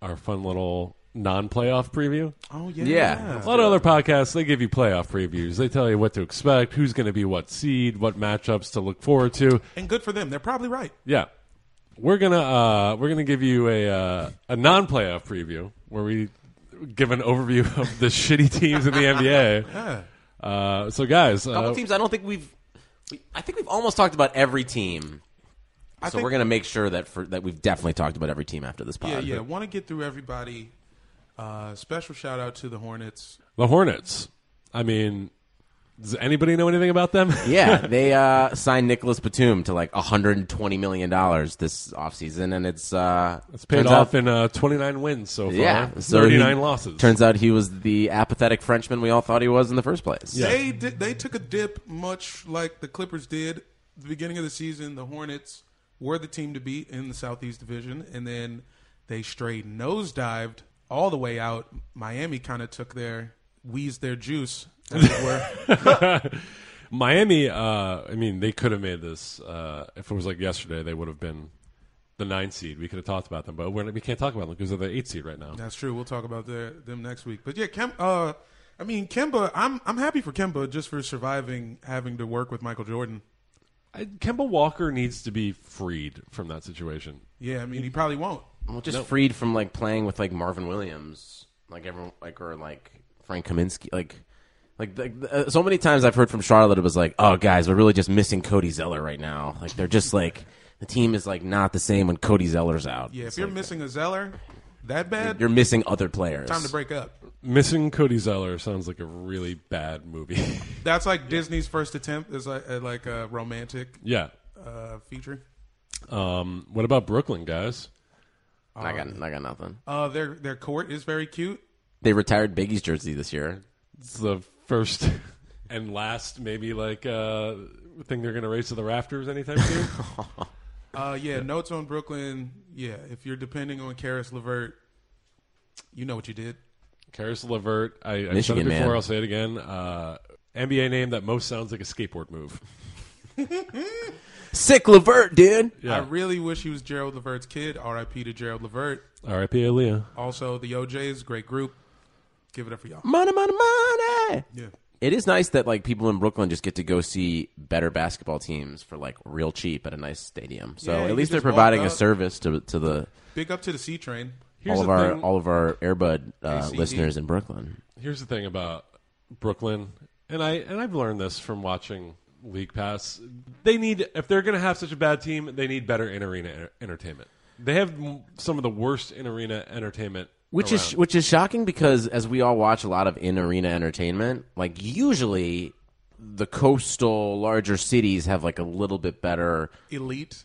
Speaker 2: our fun little non-playoff preview?
Speaker 1: Oh, yeah.
Speaker 2: A lot of other podcasts they give you playoff previews. They tell you what to expect, who's going to be what seed, what matchups to look forward to.
Speaker 1: And good for them. They're probably right.
Speaker 2: Yeah, we're gonna uh, we're gonna give you a uh, a non-playoff preview where we give an overview of the shitty teams in the NBA.
Speaker 3: Yeah.
Speaker 2: Uh, so guys,
Speaker 3: A couple
Speaker 2: uh,
Speaker 3: teams I don't think we've. We, I think we've almost talked about every team. so
Speaker 1: think-
Speaker 3: we're gonna make sure that for that we've definitely talked about every team after this pod.
Speaker 1: Yeah, yeah. Want to get through everybody. Uh, special shout out to the Hornets.
Speaker 2: the Hornets. I mean, does anybody know anything about them?
Speaker 3: yeah, they uh, signed Nicholas Batum to like 120 million dollars this offseason, and it's uh,
Speaker 2: it's paid
Speaker 3: turns
Speaker 2: off
Speaker 3: out-
Speaker 2: in uh, 29 wins so far.
Speaker 3: yeah, so
Speaker 2: 39
Speaker 3: he-
Speaker 2: losses.
Speaker 3: Turns out he was the apathetic Frenchman we all thought he was in the first place.
Speaker 1: They did, they took a dip much like the Clippers did at the beginning of the season. The Hornets were the team to beat in the Southeast Division, and then they straight nosedived all the way out. Miami kind of took their wheezed their juice, as it were.
Speaker 2: Miami, uh, I mean, they could have made this. Uh, if it was like yesterday, they would have been the nine seed. We could have talked about them, but we're, we can't talk about them because they're the eight seed right now.
Speaker 1: That's true. We'll talk about their, them next week. But yeah, Kem, uh, I mean Kemba. I'm I'm happy for Kemba just for surviving having to work with Michael Jordan.
Speaker 2: I, Kemba Walker needs to be freed from that situation.
Speaker 1: Yeah, I mean he probably won't.
Speaker 3: Well, just freed from like playing with like Marvin Williams, like everyone, like or like Frank Kaminsky, like. Like, like uh, so many times I've heard from Charlotte, it was like, "Oh, guys, we're really just missing Cody Zeller right now. Like, they're just like the team is like not the same when Cody Zeller's out.
Speaker 1: Yeah, if you're missing a Zeller, that bad,
Speaker 3: You're missing other players.
Speaker 1: time to break up.
Speaker 2: Missing Cody Zeller sounds like a really bad movie.
Speaker 1: That's like Disney's first attempt is like, at like a romantic
Speaker 2: Yeah.
Speaker 1: uh, feature.
Speaker 2: um, what about Brooklyn, guys?
Speaker 3: I got, I got nothing.
Speaker 1: Uh, their their court is very cute.
Speaker 3: They retired Biggie's jersey this year.
Speaker 2: It's the first and last, maybe like uh, thing they're going to race to the rafters anytime soon.
Speaker 1: Uh, yeah, notes on Brooklyn. Yeah, if you're depending on Karis Levert, you know what you did.
Speaker 2: Karis Levert. I, I said it
Speaker 3: Michigan,
Speaker 2: before.
Speaker 3: man.
Speaker 2: I'll say it again. Uh, NBA name that most sounds like a skateboard move.
Speaker 3: Sick Levert, dude.
Speaker 2: Yeah.
Speaker 1: I really wish he was Gerald Levert's kid. R.I.P. to Gerald Levert.
Speaker 2: R.I.P. Aaliyah.
Speaker 1: Also, the OJ's great group. Give it up for y'all.
Speaker 3: Money, money, money.
Speaker 1: Yeah.
Speaker 3: It is nice that like people in Brooklyn just get to go see better basketball teams for like real cheap at a nice stadium. So
Speaker 1: Yeah, you
Speaker 3: at least
Speaker 1: can
Speaker 3: they're
Speaker 1: just walk
Speaker 3: providing a
Speaker 1: up.
Speaker 3: service to to the
Speaker 1: Big up to the C train.
Speaker 3: all of our all of our Airbud uh,
Speaker 1: ACD.
Speaker 3: listeners in Brooklyn.
Speaker 2: Here's the thing about Brooklyn, and I and I've learned this from watching League Pass. They need if they're going to have such a bad team, they need better in arena enter- entertainment. They have m- some of the worst in arena entertainment.
Speaker 3: Which is which is shocking because as we all watch a lot of in arena entertainment, like usually the coastal larger cities have like a little bit better
Speaker 1: elite.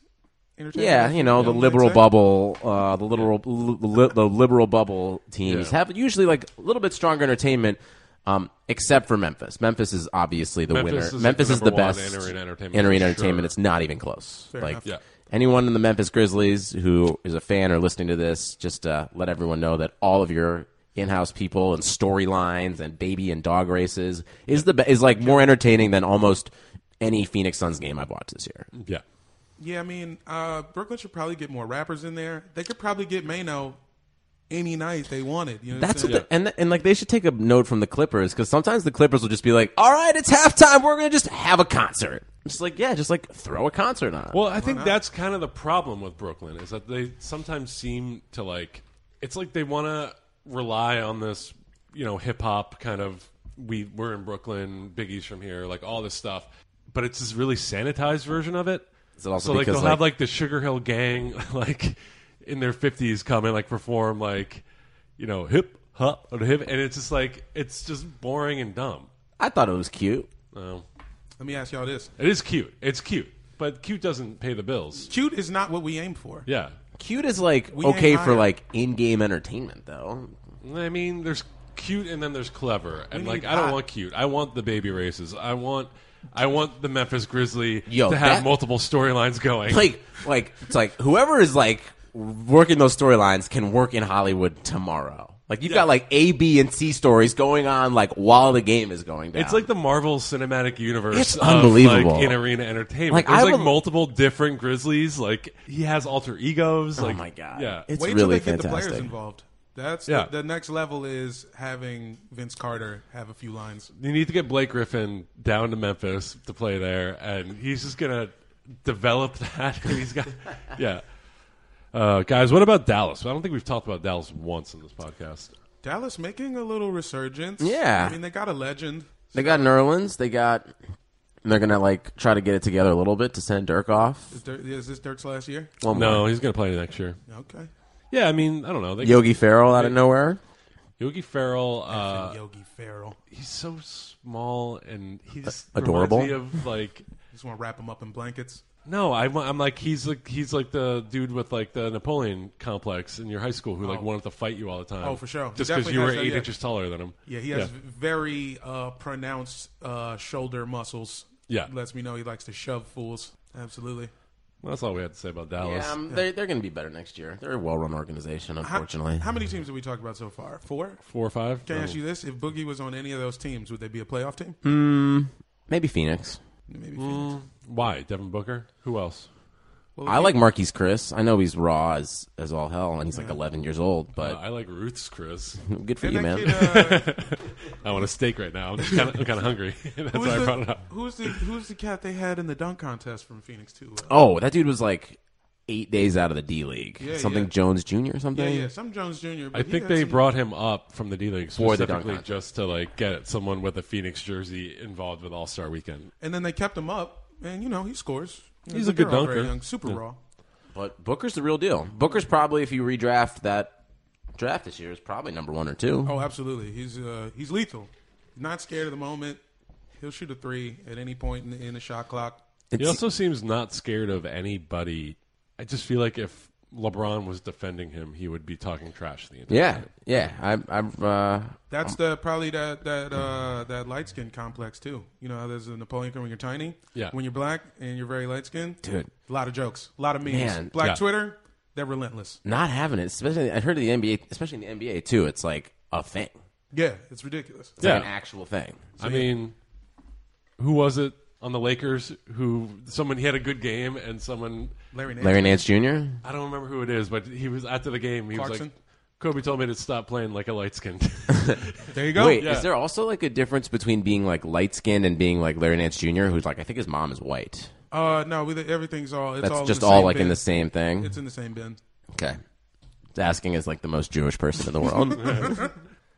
Speaker 1: entertainment.
Speaker 3: Yeah, you know the
Speaker 1: might
Speaker 3: liberal
Speaker 1: say.
Speaker 3: bubble, uh, the liberal li- the liberal bubble teams
Speaker 2: Yeah.
Speaker 3: have usually like a little bit stronger entertainment, um, except for Memphis. Memphis is obviously the
Speaker 2: Memphis
Speaker 3: winner.
Speaker 2: is, like,
Speaker 3: Memphis
Speaker 2: the
Speaker 3: is the
Speaker 2: number one
Speaker 3: best
Speaker 2: in arena entertainment,
Speaker 3: in
Speaker 2: for
Speaker 3: arena entertainment.
Speaker 2: sure.
Speaker 3: It's not even close.
Speaker 2: Fair
Speaker 3: like
Speaker 2: enough. Yeah.
Speaker 3: anyone in the Memphis Grizzlies who is a fan or listening to this, just uh, let everyone know that all of your in-house people and storylines and baby and dog races is the be- is like more entertaining than almost any Phoenix Suns game I've watched this year.
Speaker 2: yeah.
Speaker 1: Yeah, I mean, uh, Brooklyn should probably get more rappers in there. They could probably get Mano any night they wanted. You know what
Speaker 3: That's
Speaker 1: I'm
Speaker 3: what
Speaker 1: saying?
Speaker 3: the, and and like they should take a note from the Clippers because sometimes the Clippers will just be like, "All right, it's halftime. We're gonna just have a concert." Just like yeah, just like throw a concert on.
Speaker 2: Well, I think that's kind of the problem with Brooklyn is that they sometimes seem to like it's like they want to rely on this, you know, hip hop kind of we we're in Brooklyn, Biggie's from here, like all this stuff, but it's this really sanitized version of it.
Speaker 3: Is it
Speaker 2: so
Speaker 3: also
Speaker 2: like
Speaker 3: because,
Speaker 2: they'll have like the Sugar Hill Gang like in their fifties come and like perform like you know hip hop or hip, and it's just like it's just boring and dumb.
Speaker 3: I thought it was cute.
Speaker 2: Oh.
Speaker 1: Let me ask y'all this.
Speaker 2: It is cute. It's cute, but cute doesn't pay the bills.
Speaker 1: Cute is not what we aim for.
Speaker 2: Yeah.
Speaker 3: Cute is like
Speaker 1: We ain't
Speaker 3: okay for
Speaker 1: hired.
Speaker 3: like in-game entertainment though.
Speaker 2: I mean, there's cute and then there's clever. And
Speaker 3: need
Speaker 2: like I don't
Speaker 3: hot.
Speaker 2: want cute. I want the baby races. I want I want the Memphis Grizzly
Speaker 3: Yo,
Speaker 2: to have
Speaker 3: that-
Speaker 2: multiple storylines going.
Speaker 3: like like it's like whoever is like working those storylines can work in Hollywood tomorrow. Like you've got like A, B, and C stories going on like while the game is going down.
Speaker 2: It's like the Marvel Cinematic Universe.
Speaker 3: It's
Speaker 2: of,
Speaker 3: unbelievable.
Speaker 2: like, in arena entertainment.
Speaker 3: Like,
Speaker 2: There's
Speaker 3: I
Speaker 2: like
Speaker 3: would-
Speaker 2: multiple different Grizzlies. Like he has alter egos.
Speaker 3: Oh
Speaker 2: like,
Speaker 3: my God.
Speaker 2: yeah,
Speaker 3: It's
Speaker 2: Wait
Speaker 1: Wait
Speaker 2: till
Speaker 1: till
Speaker 3: really
Speaker 1: they get the players
Speaker 3: fantastic.
Speaker 1: involved. That's
Speaker 2: Yeah.
Speaker 1: the, the next level is having Vince Carter have a few lines.
Speaker 2: You need to get Blake Griffin down to Memphis to play there, and he's just gonna develop that. he's got, yeah. Uh, guys, what about Dallas? I don't think we've talked about Dallas once in this podcast.
Speaker 1: Dallas making a little resurgence.
Speaker 3: Yeah.
Speaker 1: I mean they got a legend.
Speaker 3: they got Nerlens, they got they're gonna like try to get it together a little bit to send Dirk off.
Speaker 1: Is, Dirk, is this Dirk's last year?
Speaker 3: One
Speaker 2: no,
Speaker 3: more.
Speaker 2: Oh, he's gonna play next year.
Speaker 1: Okay.
Speaker 2: Yeah, I mean, I don't know. They,
Speaker 3: Yogi Ferrell out of nowhere.
Speaker 2: Yogi Ferrell. Uh,
Speaker 1: Yogi Ferrell.
Speaker 2: He's so small and he's
Speaker 3: Adorable.
Speaker 2: Me of like
Speaker 1: Just want to wrap him up in blankets.
Speaker 2: no, I, am like he's like he's like the dude with like the Napoleon complex in your high school who like
Speaker 1: Oh.
Speaker 2: wanted to fight you all the time.
Speaker 1: Oh, for sure. He
Speaker 2: just because
Speaker 1: definitely
Speaker 2: you were
Speaker 1: has that,
Speaker 2: eight
Speaker 1: yeah.
Speaker 2: inches taller than him.
Speaker 1: Yeah, he has v- very uh, pronounced uh, shoulder muscles.
Speaker 2: Yeah.
Speaker 1: lets me know he likes to shove fools. Absolutely.
Speaker 2: Well, that's all we had to say about Dallas.
Speaker 3: Yeah, um, They're, they're going to be better next year. They're a well run organization,
Speaker 1: How-
Speaker 3: unfortunately.
Speaker 1: How, many teams have we talked about so far? Four.
Speaker 2: Four or five?
Speaker 1: Can I
Speaker 2: No.
Speaker 1: ask you this? If Boogie was on any of those teams, would they be a playoff team?
Speaker 3: Hmm, maybe Phoenix.
Speaker 1: Maybe.
Speaker 2: Mm, why Devin Booker? Who else?
Speaker 1: Well,
Speaker 3: I like Marquise Chris. I know he's raw as, as all hell, and he's like 11 years old, but
Speaker 2: Uh, I like Ruth's Chris.
Speaker 3: good for you, man.
Speaker 1: uh,
Speaker 2: I want a steak right now. I'm just kind of, I'm kind of hungry. That's
Speaker 1: Who's
Speaker 2: why I
Speaker 1: the,
Speaker 2: brought it up.
Speaker 1: Who's the Who's the cat they had in the dunk contest from Phoenix too? Uh,
Speaker 3: oh, that dude was like eight days out of the D League.
Speaker 1: Yeah,
Speaker 3: something
Speaker 1: yeah.
Speaker 3: Jones Jr. or something?
Speaker 1: yeah, yeah, some Jones Jr. but
Speaker 2: I
Speaker 1: he
Speaker 2: think
Speaker 1: had
Speaker 2: they
Speaker 1: some-
Speaker 2: brought him up from the D League
Speaker 3: For the dunk
Speaker 2: specifically
Speaker 3: contest.
Speaker 2: just to like get someone with a Phoenix jersey involved with All Star Weekend.
Speaker 1: and then they kept him up, and you know he scores. You know,
Speaker 2: He's
Speaker 1: the
Speaker 2: a good
Speaker 1: girl, very
Speaker 2: dunker.
Speaker 1: young, super
Speaker 2: Yeah.
Speaker 1: raw.
Speaker 3: But Booker's the real deal. Booker's probably, if you redraft that draft this year, is probably number one or two.
Speaker 1: Oh, absolutely. He's uh, he's lethal. Not scared of the moment. He'll shoot a three at any point in the, in the shot clock.
Speaker 2: he also seems not scared of anybody. I just feel like if LeBron was defending him, he would be talking trash the entire
Speaker 3: Yeah,
Speaker 2: time.
Speaker 3: yeah. I, I've. Uh,
Speaker 1: That's the probably that that uh, that light skin complex too. You know, how there's a Napoleon when you're tiny.
Speaker 2: Yeah.
Speaker 1: When you're black and you're very light skinned,
Speaker 3: Dude.
Speaker 1: A lot of jokes, a lot of memes.
Speaker 3: Man.
Speaker 1: black
Speaker 3: Yeah.
Speaker 1: Twitter, they're relentless.
Speaker 3: not having it, especially. I heard of the NBA, especially in the NBA too. It's like a thing.
Speaker 1: Yeah, it's ridiculous.
Speaker 3: It's like an actual thing.
Speaker 2: I mean, who was it on the Lakers who someone he had a good game and someone
Speaker 1: Larry Nance.
Speaker 3: Larry Nance Jr.
Speaker 2: I don't remember who it is, but he was after the game. He was
Speaker 1: Clarkson?
Speaker 2: like, Kobe told me to stop playing like a light skinned.
Speaker 1: There you go.
Speaker 3: Wait,
Speaker 2: Yeah.
Speaker 3: is there also like a difference between being like light skinned and being like Larry Nance Jr., who's like I think his mom is white.
Speaker 1: Uh, no, we, everything's all. It's
Speaker 3: That's
Speaker 1: all in
Speaker 3: just
Speaker 1: the
Speaker 3: all
Speaker 1: same
Speaker 3: like
Speaker 1: bin.
Speaker 3: in the same thing.
Speaker 1: It's in the same bin.
Speaker 3: okay, It's asking as like the most Jewish person in the world.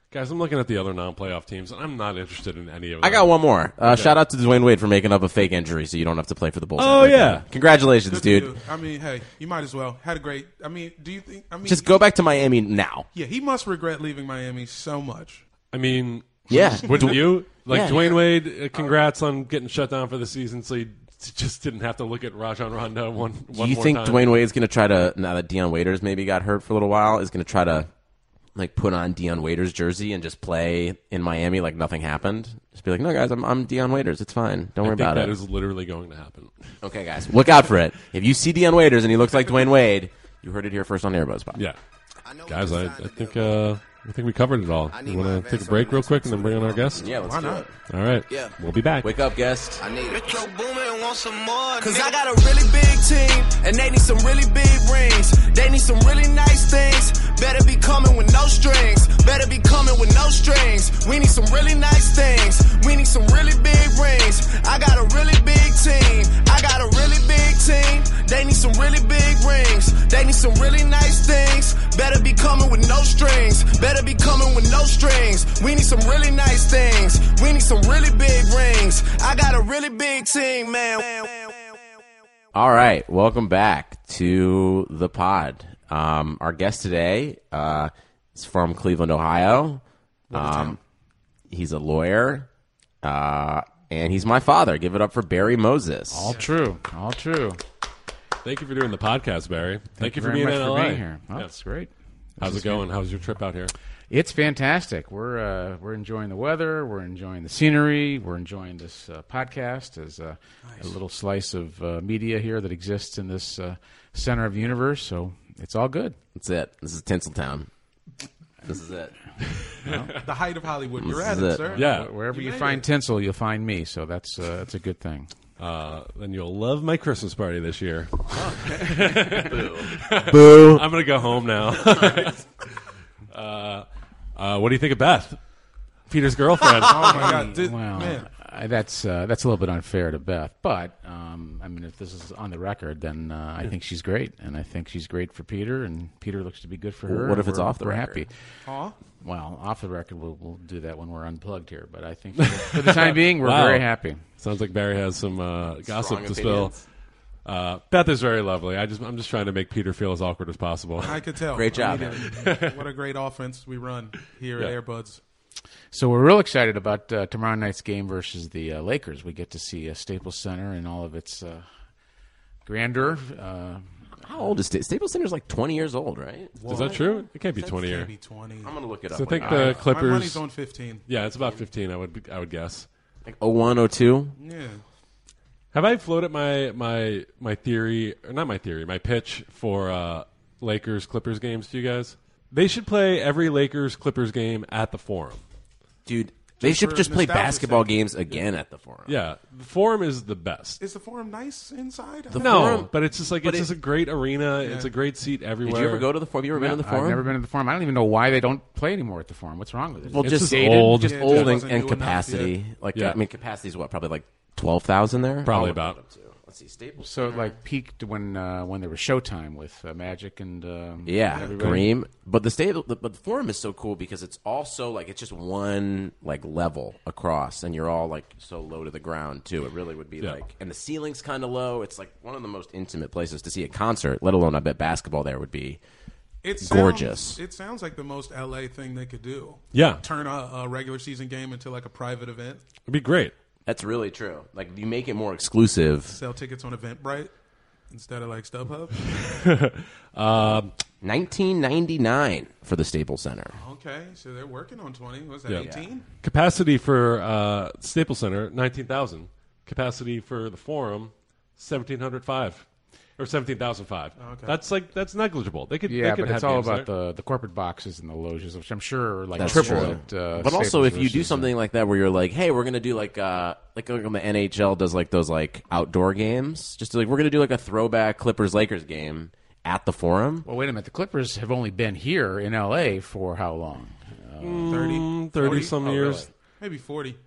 Speaker 2: Guys, I'm looking at the other non-playoff teams, and I'm not interested in any of them.
Speaker 3: I got one more. Uh, Shout out to Dwayne Wade for making up a fake injury so you don't have to play for the Bulls.
Speaker 2: Oh,
Speaker 3: Like,
Speaker 2: yeah.
Speaker 3: uh, congratulations,
Speaker 1: Good for
Speaker 3: dude.
Speaker 1: you. I mean, hey, you might as well had a great. I mean, do you think? I mean,
Speaker 3: Just go back to Miami now.
Speaker 1: Yeah, he must regret leaving Miami so much.
Speaker 2: I mean,
Speaker 3: Yeah.
Speaker 2: wouldn't you? Like
Speaker 3: Yeah.
Speaker 2: Dwayne Wade, uh, congrats on getting shut down for the season, so you just didn't have to look at Rajon Rondo one.
Speaker 3: Do
Speaker 2: one
Speaker 3: you
Speaker 2: more
Speaker 3: think
Speaker 2: time.
Speaker 3: Dwayne Wade's going to try to now that Deion Waiters maybe got hurt for a little while is going to try to like put on Deion Waiters jersey and just play in Miami like nothing happened? Just be like, no guys, I'm I'm Deion Waiters. It's fine. Don't
Speaker 2: I
Speaker 3: worry
Speaker 2: think
Speaker 3: about
Speaker 2: that
Speaker 3: it.
Speaker 2: is literally going to happen.
Speaker 3: Okay, guys, look out for it. If you see Deion Waiters and he looks like Dwayne Wade, you heard it here first on Airbus. Bob.
Speaker 2: Yeah, guys, I, I think uh, I think we covered it all. You want to take a break real quick and then bring on our guest?
Speaker 3: Yeah, let's
Speaker 1: Why
Speaker 3: do
Speaker 1: not?
Speaker 3: it.
Speaker 2: All right.
Speaker 6: Yeah.
Speaker 2: We'll be back.
Speaker 3: Wake up, guest.
Speaker 6: I need it. Metro booming and want some more. Cause I got a really big team, and they need some really big rings. They need some really nice things. Better be coming with no strings. Better be coming with no strings. We need some really nice things. We need some really big rings. I got a really big team. I got a really big team. They need some really big rings. They need some really nice things. Better be coming with no strings. Better be coming with no strings. We need some really nice things. We need some really big rings. I got a really big team, man.
Speaker 3: All right, welcome back to the pod. Um, our guest today uh, is from Cleveland, Ohio. Um, he's a lawyer, uh, and he's my father. Give it up for Barry Moses.
Speaker 7: All true. All true.
Speaker 2: Thank you for doing the podcast, Barry. Thank, you for
Speaker 7: very
Speaker 2: being
Speaker 7: much
Speaker 2: in
Speaker 7: for
Speaker 2: LA.
Speaker 7: being here. Oh,
Speaker 2: Yeah.
Speaker 7: That's great.
Speaker 2: How's
Speaker 7: This
Speaker 2: it
Speaker 7: is
Speaker 2: going? How's your trip out here?
Speaker 7: It's fantastic. We're uh, we're enjoying the weather. We're enjoying the scenery. We're enjoying this uh, podcast as uh, a little slice of uh, media here that exists in this uh, center of the universe. So it's all good.
Speaker 3: That's it. This is Tinseltown. This is it.
Speaker 1: the height of Hollywood. You're
Speaker 7: This
Speaker 1: at
Speaker 7: is
Speaker 1: it, sir.
Speaker 7: Yeah, wherever you
Speaker 1: made
Speaker 7: find
Speaker 1: it.
Speaker 7: tinsel, you'll find me. So that's uh, that's a good thing.
Speaker 2: Uh, then you'll love my Christmas party this year.
Speaker 3: Boo.
Speaker 7: Boo.
Speaker 2: I'm gonna go home now. uh, uh, what do you think of Beth, Peter's girlfriend?
Speaker 1: Oh, my God. Did-
Speaker 7: Wow.
Speaker 1: man.
Speaker 7: Um, I, that's uh, that's a little bit unfair to Beth, but um, I mean, if this is on the record, then uh, I
Speaker 2: Yeah.
Speaker 7: think she's great, and I think she's great for Peter, and Peter looks to be good for her.
Speaker 3: What
Speaker 7: and
Speaker 3: if it's
Speaker 7: we're-
Speaker 3: off the
Speaker 7: we're happy?
Speaker 3: record?
Speaker 1: Aw.
Speaker 7: Well, off the record, we'll, we'll do that when we're unplugged here. But I think for the, for the time being, we're
Speaker 2: Wow.
Speaker 7: very happy.
Speaker 2: Sounds like Barry has some uh, gossip to spill.
Speaker 7: opinions.
Speaker 2: Uh, Beth is very lovely. I just I'm just trying to make Peter feel as awkward as possible.
Speaker 1: I could tell.
Speaker 3: Great job,
Speaker 1: Immediately. what a great offense we run here
Speaker 2: Yeah.
Speaker 1: at Airbuds.
Speaker 7: So we're real excited about uh, tomorrow night's game versus the uh, Lakers. We get to see uh, Staples Center and all of its uh, grandeur. Uh,
Speaker 3: How old is Sta- Staples Center's like 20 years old, right?
Speaker 2: Is that true? It can't be 20 year.
Speaker 1: Maybe 20.
Speaker 3: I'm gonna look it
Speaker 2: So I
Speaker 3: up.
Speaker 2: think
Speaker 3: Wait,
Speaker 2: the
Speaker 3: I-
Speaker 2: Clippers.
Speaker 1: My money's on 15.
Speaker 2: Yeah, it's about 15. I would I would guess.
Speaker 3: Like 01, 02?
Speaker 1: Yeah.
Speaker 2: Have I floated my my my theory or not my theory, my pitch for uh, Lakers Clippers games to you guys? They should play every Lakers Clippers game at the Forum.
Speaker 3: Dude, They should just play basketball games again at the Forum.
Speaker 2: Yeah, the Forum is the best.
Speaker 1: Is the forum nice inside? I
Speaker 2: The
Speaker 1: don't
Speaker 2: no,
Speaker 1: know.
Speaker 2: but it's just like
Speaker 1: But
Speaker 2: it's
Speaker 1: it-
Speaker 2: just a great arena.
Speaker 1: Yeah.
Speaker 2: It's a great seat everywhere.
Speaker 7: No, I've never been to the forum. I don't even know why they don't play anymore at the forum. What's wrong with it?
Speaker 3: Well,
Speaker 7: It's
Speaker 3: just,
Speaker 7: dated.
Speaker 3: old, just old and, and capacity. Like,
Speaker 7: Yeah.
Speaker 3: I mean, capacity is what probably like twelve thousand there.
Speaker 2: Probably
Speaker 3: I'll look
Speaker 2: about.
Speaker 3: it up, too. Let's see, Staples.
Speaker 7: So it like peaked when uh, when there was Showtime with uh, Magic and um,
Speaker 3: Yeah,
Speaker 7: everybody.
Speaker 3: Kareem. But the state, but the forum is so cool because it's also like it's just one like level across, and you're all like so low to the ground too. It really would be
Speaker 2: Yeah.
Speaker 3: like, and the ceiling's kind of low. It's like one of the most intimate places to see a concert, let alone I bet basketball there would be
Speaker 1: It sounds,
Speaker 3: gorgeous.
Speaker 1: It sounds like the most LA thing they could do.
Speaker 3: Yeah.
Speaker 1: Turn a, a regular season game into like a private event.
Speaker 2: It'd be great.
Speaker 3: That's really true. Like you make it more exclusive.
Speaker 1: Sell tickets on Eventbrite instead of like StubHub.
Speaker 3: um, 1999 for the Staples Center.
Speaker 1: Okay, so they're working on 20. What's that,
Speaker 2: Yeah.
Speaker 1: 18?
Speaker 2: Capacity for uh, Staples Center nineteen thousand. Capacity for the Forum seventeen hundred five or seventeen thousand five.
Speaker 1: Oh, Okay.
Speaker 2: That's like that's negligible. They could
Speaker 7: Yeah,
Speaker 2: they could
Speaker 7: but it's
Speaker 2: have
Speaker 7: all
Speaker 2: games
Speaker 7: about
Speaker 2: there.
Speaker 7: the, the corporate boxes and the loges, which I'm sure are like
Speaker 3: That's
Speaker 7: triple.
Speaker 3: true.
Speaker 7: At, uh,
Speaker 3: but also,
Speaker 7: Staples
Speaker 3: if you do
Speaker 7: versus, uh,
Speaker 3: something like that, where you're like, "Hey, we're gonna do like uh, like like when the NHL does like those like outdoor games, just like we're gonna do like a throwback Clippers Lakers game at the Forum."
Speaker 7: well, wait a minute. The Clippers have only been here in L.A. for how long? Uh,
Speaker 1: 30,
Speaker 2: 30 Mm, some
Speaker 1: Oh, really?
Speaker 2: years.
Speaker 1: Maybe 40.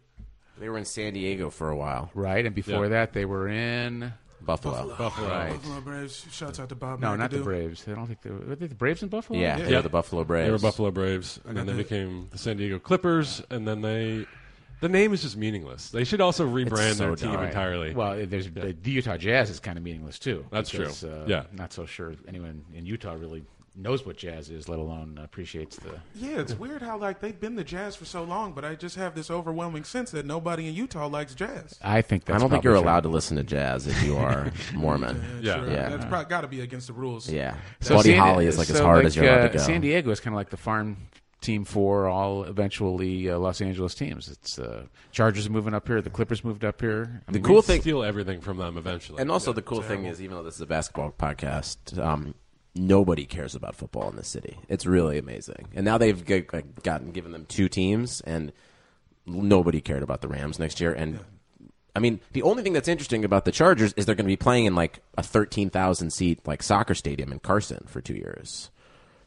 Speaker 3: They were in San Diego for a while,
Speaker 7: right? And before that, they were in
Speaker 3: Buffalo.
Speaker 7: Buffalo, right?
Speaker 1: Buffalo Braves. Shouts out to Bob.
Speaker 7: No, not the
Speaker 1: McAdoo.
Speaker 7: Braves. I don't think they were, were they the Braves in Buffalo.
Speaker 3: Yeah, they were the Buffalo Braves.
Speaker 2: They were Buffalo Braves, and then
Speaker 7: Uh-huh.
Speaker 2: they became the San Diego Clippers, and then they. The name is just meaningless. They should also rebrand
Speaker 7: so
Speaker 2: their team
Speaker 7: dumb.
Speaker 2: entirely.
Speaker 7: Well, there's the, the Utah Jazz is kind of meaningless too.
Speaker 2: That's true.
Speaker 7: because, Uh,
Speaker 2: Yeah.
Speaker 7: not so sure anyone in Utah really knows what jazz is, let alone appreciates the.
Speaker 1: Yeah, it's weird how like they've been the Jazz for so long, but I just have this overwhelming sense that nobody in Utah likes jazz.
Speaker 7: I think that's
Speaker 3: I don't think
Speaker 7: probably
Speaker 3: you're
Speaker 7: true.
Speaker 3: allowed to listen to jazz if you are Mormon.
Speaker 1: Sure,
Speaker 3: yeah.
Speaker 1: uh, that's probably got to be against the rules.
Speaker 3: Yeah. Buddy Holly is, like, as hard as you're allowed to go.
Speaker 7: uh, San Diego is kind of like the farm team for all eventually uh, Los Angeles teams. It's uh, Chargers are moving up here, the Clippers moved up here. I
Speaker 3: The
Speaker 7: mean,
Speaker 3: cool
Speaker 7: we-
Speaker 3: thing,
Speaker 2: steal everything from them eventually.
Speaker 3: and also the cool thing is, even though this is a basketball podcast, um, nobody cares about football in the city. It's really amazing. And now they've g- like, gotten given them two teams, and nobody cared about the Rams next year. And I mean, the only thing that's interesting about the Chargers is they're going to be playing in like a thirteen thousand seat like soccer stadium in Carson for two years.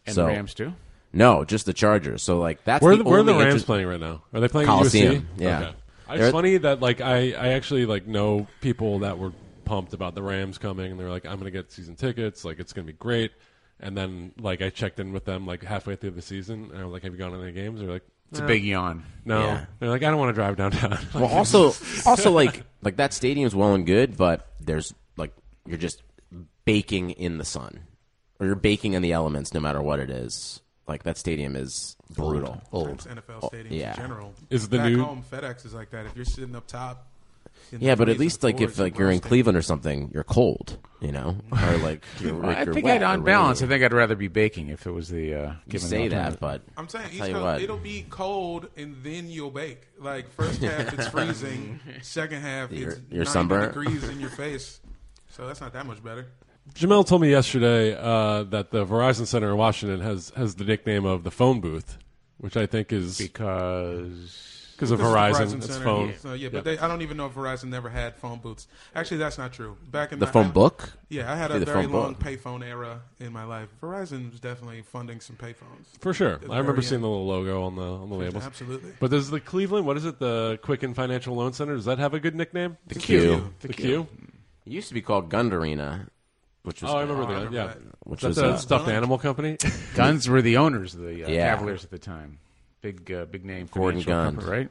Speaker 7: And
Speaker 3: So-
Speaker 7: the Rams too?
Speaker 3: No, just the Chargers. So like that's
Speaker 2: where
Speaker 3: the
Speaker 2: the, where are the
Speaker 3: only
Speaker 2: Rams
Speaker 3: interest-
Speaker 2: playing right now? Are they playing
Speaker 3: Coliseum?
Speaker 2: At USC?
Speaker 3: Yeah.
Speaker 2: Okay. I-
Speaker 3: They're-
Speaker 2: It's funny that like I, I actually like know people that were pumped about the Rams coming, and they're like, I'm gonna get season tickets, like it's gonna be great. And then like I checked in with them like halfway through the season, and I'm like, Have you gone to any games? They're like,
Speaker 7: It's a
Speaker 2: "No."
Speaker 7: big yawn.
Speaker 2: No,
Speaker 3: Yeah.
Speaker 2: they're like, I don't want to drive downtown.
Speaker 3: Well, also, also like like that stadium's well and good, but there's like you're just baking in the sun, or you're baking in the elements, no matter what it is. Like that stadium is brutal.
Speaker 1: It's NFL
Speaker 3: Oh,
Speaker 1: stadiums in general.
Speaker 2: Is the
Speaker 1: Back
Speaker 2: new-
Speaker 1: home FedEx is like that? If you're sitting up top. in the
Speaker 3: Yeah, but at
Speaker 1: freezing
Speaker 3: least like if
Speaker 1: floors,
Speaker 3: like you're in
Speaker 1: roasting.
Speaker 3: Cleveland or something, you're cold. you know, or like your,
Speaker 7: Well, I
Speaker 3: your
Speaker 7: think
Speaker 3: wet
Speaker 7: I'd, on
Speaker 3: or
Speaker 7: balance, I think I'd rather be baking if it was the. Uh,
Speaker 3: You
Speaker 7: given
Speaker 3: say
Speaker 7: the
Speaker 3: that,
Speaker 7: alternative.
Speaker 3: but
Speaker 1: I'm saying
Speaker 3: tell
Speaker 1: East
Speaker 3: you
Speaker 1: Coast,
Speaker 3: what.
Speaker 1: it'll be cold and then you'll bake. Like first half, it's freezing. Second half,
Speaker 3: Your-
Speaker 1: it's
Speaker 3: your
Speaker 1: 90
Speaker 3: sunburn.
Speaker 1: degrees in your face. So that's not that much better.
Speaker 2: Jamel told me yesterday uh, that the Verizon Center in Washington has has the nickname of the phone booth, which I think is
Speaker 7: because
Speaker 2: because of
Speaker 1: it's
Speaker 2: Verizon, it's
Speaker 1: Center.
Speaker 2: phone.
Speaker 1: So, yeah, but they, I don't even know if Verizon never had phone booths. Actually, that's not true. Back in
Speaker 3: The
Speaker 1: my-
Speaker 3: phone book?
Speaker 1: Yeah, I had
Speaker 3: Yeah,
Speaker 1: a
Speaker 3: the
Speaker 1: very
Speaker 3: phone
Speaker 1: long
Speaker 3: book.
Speaker 1: payphone era in my life. Verizon was definitely funding some payphones
Speaker 2: For sure,
Speaker 1: At the
Speaker 2: I remember
Speaker 1: very
Speaker 2: seeing the little logo on the on the labels.
Speaker 1: Absolutely.
Speaker 2: But does the Cleveland? What is it? The Quicken Financial Loan Center? Does that have a good nickname?
Speaker 3: The Q.
Speaker 2: The Q.
Speaker 3: It used to be called Gund Arena, which was
Speaker 2: Oh, I remember that. Yeah,
Speaker 3: which
Speaker 2: That's
Speaker 3: was
Speaker 2: a
Speaker 3: uh,
Speaker 2: stuffed animal company.
Speaker 7: Guns were the owners of the uh,
Speaker 3: Yeah.
Speaker 7: Cavaliers at the time. Big, uh, big name.
Speaker 3: Gordon
Speaker 7: financial
Speaker 3: Gund.
Speaker 7: company, right?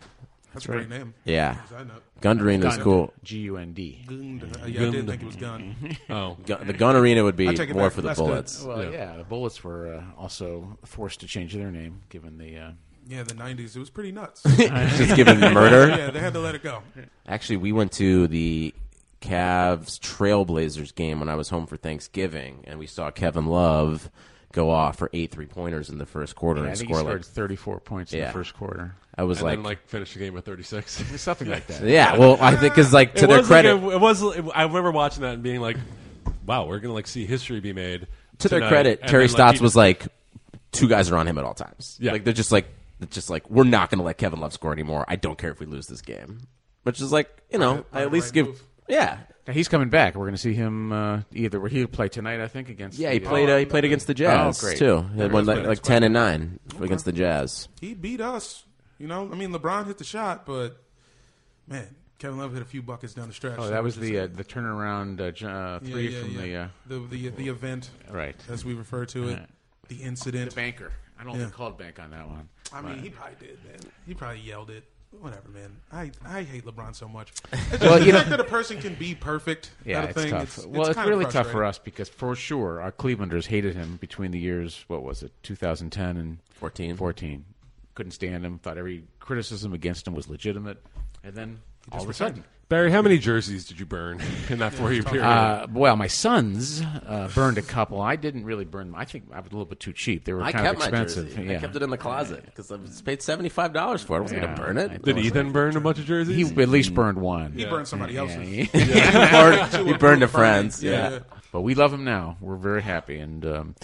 Speaker 1: That's a great name.
Speaker 3: Yeah,
Speaker 1: As I know.
Speaker 3: Gund Arena is
Speaker 7: Gund.
Speaker 3: cool.
Speaker 7: G U N D.
Speaker 1: Gund. Uh, yeah, I did think it was Gund.
Speaker 7: Mm-hmm.
Speaker 2: Oh,
Speaker 3: Gun, the Gun Arena would
Speaker 1: I
Speaker 3: be
Speaker 1: take it
Speaker 3: more
Speaker 1: back.
Speaker 3: for the
Speaker 1: That's good.
Speaker 3: bullets.
Speaker 7: Well, yeah. the Bullets were uh, also forced to change their name given the. Uh,
Speaker 1: Yeah, the '90s. It was pretty nuts.
Speaker 3: Just given murder.
Speaker 1: Yeah, they had to let it go.
Speaker 3: Actually, we went to the Cavs Trailblazers game when I was home for Thanksgiving, and we saw Kevin Love go off for eight three pointers in the first quarter
Speaker 7: yeah, I
Speaker 3: and
Speaker 7: think
Speaker 3: score
Speaker 7: he scored
Speaker 3: like
Speaker 7: 34 points in
Speaker 3: Yeah.
Speaker 7: the first quarter.
Speaker 3: I was
Speaker 2: and
Speaker 3: like,
Speaker 2: then, like finish the game with 36
Speaker 7: something like that.
Speaker 3: Yeah, well, I think 'cause, like, to
Speaker 2: It
Speaker 3: their
Speaker 2: was like
Speaker 3: credit-
Speaker 2: a- it was it, i remember watching that and being like wow we're gonna like see history be made
Speaker 3: to their
Speaker 2: tonight.
Speaker 3: credit,
Speaker 2: And
Speaker 3: Terry
Speaker 2: then,
Speaker 3: Stotts
Speaker 2: he
Speaker 3: was
Speaker 2: just-
Speaker 3: like, two guys are on him at all times.
Speaker 2: Yeah.
Speaker 3: Like, they're just like, they're just like, we're not going to let Kevin Love score anymore. I don't care if we lose this game. Which is like, you know,
Speaker 7: Right,
Speaker 3: I at
Speaker 7: right,
Speaker 3: least
Speaker 7: right
Speaker 3: give.
Speaker 7: move.
Speaker 3: Yeah.
Speaker 7: Now, he's coming back. We're going to see him uh, either. where He'll play tonight, I think, against.
Speaker 3: Yeah, he
Speaker 7: the,
Speaker 3: played.
Speaker 7: Uh,
Speaker 3: Uh, he played against the
Speaker 7: oh,
Speaker 3: Jazz
Speaker 7: great.
Speaker 3: too. He had
Speaker 7: There
Speaker 3: one
Speaker 7: is
Speaker 3: like,
Speaker 7: that.
Speaker 3: like ten and nine against the Jazz.
Speaker 1: He beat us. You know, I mean, LeBron hit the shot, but man, Kevin Love hit a few buckets down the stretch.
Speaker 7: Oh, that was the uh, the turnaround uh, j- uh,
Speaker 1: Yeah,
Speaker 7: three
Speaker 1: yeah,
Speaker 7: from
Speaker 1: yeah.
Speaker 7: the. Uh,
Speaker 1: the, the the event,
Speaker 7: Right.
Speaker 1: As we refer to it, the incident. The
Speaker 7: banker. I don't
Speaker 1: Yeah.
Speaker 7: think called bank on that one.
Speaker 1: I mean, he probably did, man. He probably yelled it. Whatever, man. I, I hate LeBron so much. It's just
Speaker 7: Well,
Speaker 1: the
Speaker 7: you
Speaker 1: fact
Speaker 7: know-
Speaker 1: that a person can be perfect.
Speaker 7: Yeah,
Speaker 1: not a
Speaker 7: it's
Speaker 1: thing,
Speaker 7: tough.
Speaker 1: It's,
Speaker 7: well, it's,
Speaker 1: kind of
Speaker 7: really tough
Speaker 1: frustrating.
Speaker 7: for us because for sure our Clevelanders hated him between the years what was it, 2010 and
Speaker 3: 14.
Speaker 7: 14. Couldn't stand him. Thought every criticism against him was legitimate, and then all of a sudden.
Speaker 2: barry how many jerseys did you burn in that four year period
Speaker 7: Uh, well, my sons uh, burned a couple. I didn't really burn them. I think I was a little bit too cheap. They were
Speaker 3: I
Speaker 7: kind
Speaker 3: kept
Speaker 7: of
Speaker 3: my
Speaker 7: expensive.
Speaker 3: jersey.
Speaker 7: Yeah.
Speaker 3: I kept it in the closet because I was paid seventy five dollars for it. I wasn't
Speaker 7: Yeah.
Speaker 3: gonna burn it.
Speaker 2: did ethan burn a bunch of jerseys
Speaker 7: He at least burned one.
Speaker 1: He burned somebody else's.
Speaker 7: Yeah.
Speaker 1: Yeah.
Speaker 3: He burned- he burned to friends, yeah.
Speaker 7: But we love him now. We're very happy, and um,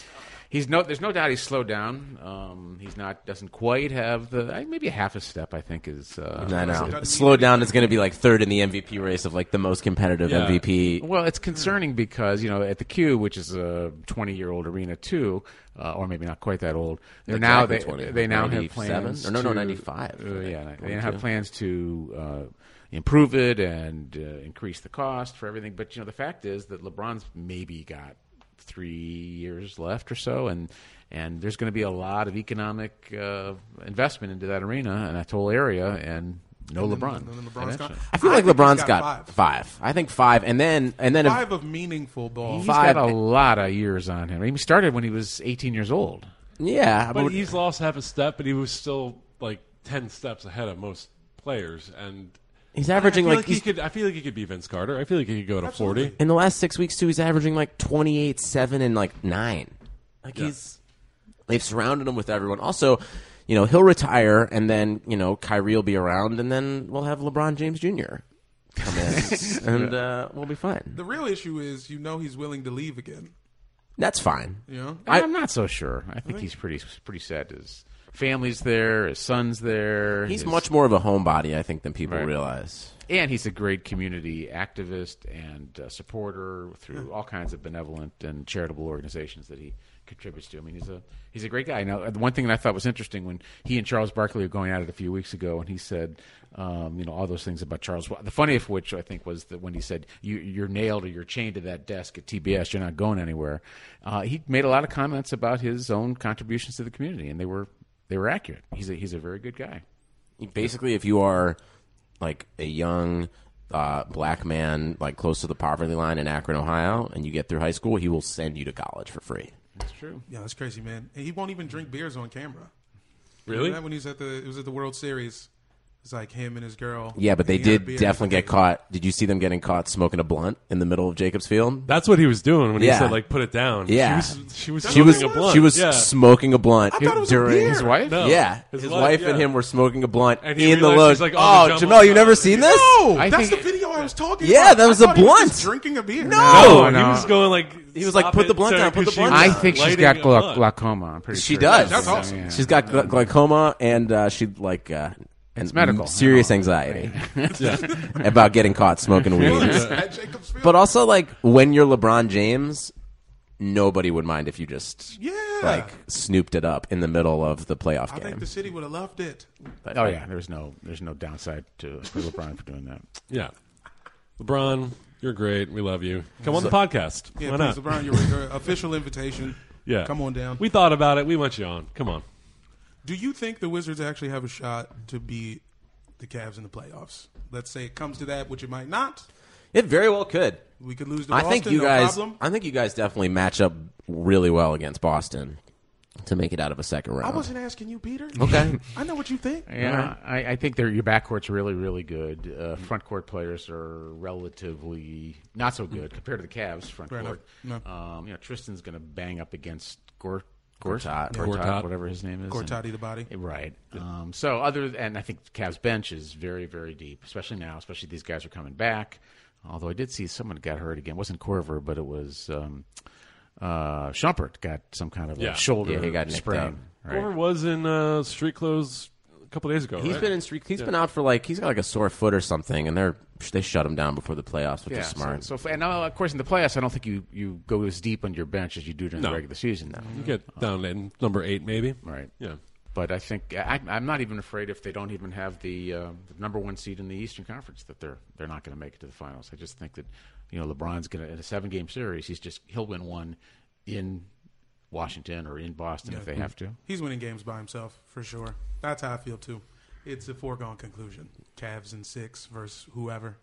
Speaker 7: he's no. There's no doubt he's slowed down. Um, he's not. Doesn't quite have the I- maybe a half a step. I think is. Uh,
Speaker 3: No,
Speaker 7: is-
Speaker 3: no. Slow down is going to be like third in the MVP race of like the most competitive
Speaker 7: Yeah.
Speaker 3: MVP.
Speaker 7: Well, it's concerning because you know at the Q, which is a 20 year old arena too, uh, or maybe not quite that old. They're now
Speaker 3: Exactly
Speaker 7: they,
Speaker 3: 20.
Speaker 7: they now have
Speaker 3: 97?
Speaker 7: plans.
Speaker 3: Or no, no,
Speaker 7: to-
Speaker 3: 95,
Speaker 7: uh, yeah, they now
Speaker 3: 22.
Speaker 7: have plans to uh, improve it and uh, increase the cost for everything. But you know the fact is that LeBron's maybe got three years left or so, and and there's going to be a lot of economic uh, investment into that arena and that whole area, and no
Speaker 1: And then-
Speaker 7: LeBron.
Speaker 1: and then LeBron's gone.
Speaker 7: eventually.
Speaker 3: I feel
Speaker 1: I
Speaker 3: like
Speaker 1: think he's
Speaker 3: LeBron's got,
Speaker 1: got
Speaker 3: five. I think five, and then and then if-
Speaker 1: Five of meaningful ball.
Speaker 7: He's got a lot of years on him. He started when he was 18 years old.
Speaker 3: Yeah,
Speaker 2: but he's lost half a step but he was still like 10 steps ahead of most players and
Speaker 3: He's averaging,
Speaker 2: I feel
Speaker 3: like,
Speaker 2: he
Speaker 3: he's-
Speaker 2: could i feel like he could be vince carter i feel like he could go to 40
Speaker 3: in the last six weeks too, he's averaging like twenty eight, seven, and like nine. Like
Speaker 2: Yeah.
Speaker 3: he's they've surrounded him with everyone. Also, you know he'll retire, and then you know Kyrie will be around, and then we'll have LeBron James Jr. come in, and uh, we'll be fine.
Speaker 1: The real issue is you know he's willing to leave again.
Speaker 3: That's fine.
Speaker 1: Yeah.
Speaker 7: I, am not so sure. I think he's pretty pretty sad. His family's there, his son's there.
Speaker 3: He's
Speaker 7: his-
Speaker 3: much more of a homebody, I think, than people
Speaker 7: Right.
Speaker 3: realize.
Speaker 7: and he's a great community activist and uh, supporter through all kinds of benevolent and charitable organizations that he contributes to. I mean, he's a he's a great guy. Now, uh, the one thing that I thought was interesting when he and Charles Barkley were going at it a few weeks ago, and he said, um, you know, all those things about Charles. Well, The funniest of which I think was that when he said, you, "You're nailed or you're chained to that desk at TBS, you're not going anywhere," uh, he made a lot of comments about his own contributions to the community, and they were they were accurate. He's a, he's a very good guy.
Speaker 3: Basically, if you are like a young uh, black man, like close to the poverty line in Akron, Ohio, and you get through high school, he will send you to college for free.
Speaker 7: That's true.
Speaker 1: Yeah, that's crazy, man. And he won't even drink beers on camera.
Speaker 2: Really?
Speaker 1: Remember that when he was at the it was at the World Series. It's like him and his girl.
Speaker 3: Yeah, but they
Speaker 1: And he had a
Speaker 3: did
Speaker 1: beer.
Speaker 3: definitely get caught. Did you see them getting caught smoking a blunt in the middle of Jacobs Field?
Speaker 8: That's what he was doing when he
Speaker 3: Yeah.
Speaker 8: said, like, put it down.
Speaker 3: Yeah,
Speaker 8: She was- she was
Speaker 3: she was,
Speaker 8: smoking a blunt.
Speaker 3: She was
Speaker 8: Yeah.
Speaker 3: smoking a blunt
Speaker 8: I thought it was a
Speaker 3: during
Speaker 8: beer. His wife? No.
Speaker 3: Yeah, his,
Speaker 8: His
Speaker 3: wife
Speaker 8: wife,
Speaker 3: and
Speaker 8: yeah.
Speaker 3: him were smoking a blunt
Speaker 8: And he
Speaker 3: in the
Speaker 8: realized,
Speaker 3: load.
Speaker 8: he's like,
Speaker 3: oh,
Speaker 8: oh, the
Speaker 3: Jamel,
Speaker 8: jumble-
Speaker 3: you've never seen this?
Speaker 1: No, Oh, that's the video I was talking
Speaker 3: Yeah,
Speaker 1: about.
Speaker 3: that was
Speaker 1: a
Speaker 3: a blunt.
Speaker 1: drinking a beer.
Speaker 7: Oh,
Speaker 3: No,
Speaker 8: he was going like
Speaker 3: He was like,
Speaker 8: stop
Speaker 3: put the
Speaker 8: it,
Speaker 3: blunt
Speaker 8: Sarah,
Speaker 3: down, put the
Speaker 8: 'cause she
Speaker 3: blunt
Speaker 8: was
Speaker 3: down.
Speaker 2: I think she's
Speaker 8: lighting
Speaker 2: got
Speaker 8: a
Speaker 2: gla-
Speaker 8: blunt.
Speaker 2: glaucoma. I'm pretty
Speaker 3: she
Speaker 2: sure
Speaker 3: does.
Speaker 2: That's awesome. Yeah.
Speaker 3: She's got gla- glaucoma and uh, she like uh, and
Speaker 2: It's medical.
Speaker 1: Oh,
Speaker 3: serious anxiety
Speaker 2: Yeah.
Speaker 3: about getting caught smoking weed.
Speaker 2: Yeah.
Speaker 3: But also, like when you're LeBron James, nobody would mind if you just like snooped it up in the middle of the playoff
Speaker 1: I
Speaker 3: game.
Speaker 1: think the city would have loved it.
Speaker 2: Oh yeah, there's no there's no downside to for LeBron for doing that.
Speaker 8: Yeah. LeBron, you're great. We love you. Come on the
Speaker 1: So-
Speaker 8: podcast.
Speaker 1: Yeah,
Speaker 8: Why not?
Speaker 1: please, LeBron, your, your official invitation.
Speaker 8: Yeah.
Speaker 1: come on down.
Speaker 8: We thought about it. We want you on. Come on.
Speaker 1: Do you think the Wizards actually have a shot to beat the Cavs in the playoffs? Let's say it comes to that, which it might not.
Speaker 3: It very well could.
Speaker 1: We could lose to
Speaker 3: I
Speaker 1: Boston.
Speaker 3: think you
Speaker 1: no
Speaker 3: guys.
Speaker 1: Problem.
Speaker 3: I think you guys definitely match up really well against Boston to make it out of a second round.
Speaker 1: I wasn't asking you, Peter.
Speaker 3: Okay.
Speaker 1: I know what you think.
Speaker 2: Yeah, I, I think their your backcourt's really really good. Uh, front court players are relatively not so good compared to the Cavs front
Speaker 1: Fair
Speaker 2: court.
Speaker 1: enough.
Speaker 2: Um, you know, Tristan's going to bang up against Gort.
Speaker 3: Gortat.
Speaker 2: Gortat,
Speaker 3: Gortat.
Speaker 2: whatever his name is,
Speaker 1: Gortat
Speaker 2: And-
Speaker 1: the body.
Speaker 2: right? Um, so other and I think Cavs bench is very very deep, especially now, especially these guys are coming back. Although I did see someone got hurt again, it wasn't Corver, but it was um, uh, Shumpert got some kind of
Speaker 8: Yeah.
Speaker 2: a shoulder
Speaker 8: Yeah, he got nicked
Speaker 2: sprain.
Speaker 8: up.
Speaker 2: right?
Speaker 8: Corver was in uh, street clothes a couple days ago.
Speaker 3: He's
Speaker 8: right?
Speaker 3: been in streak. He's
Speaker 8: Yeah.
Speaker 3: been out for like he's got like a sore foot or something, and they're they shut him down before the playoffs, which
Speaker 2: yeah,
Speaker 3: is smart.
Speaker 2: So, so and now, of course, in the playoffs, I don't think you, you go as deep on your bench as you do during
Speaker 8: No.
Speaker 2: the regular season.
Speaker 8: You get down in number eight, maybe.
Speaker 2: Right.
Speaker 8: Yeah.
Speaker 2: But I think I, I'm not even afraid if they don't even have the, uh, the number one seed in the Eastern Conference that they're they're not going to make it to the finals. I just think that you know LeBron's going to in a seven game series. He's just he'll win one in Washington or in Boston if they have to.
Speaker 1: He's winning games by himself for sure. That's how I feel too. It's a foregone conclusion. Cavs in six versus whoever.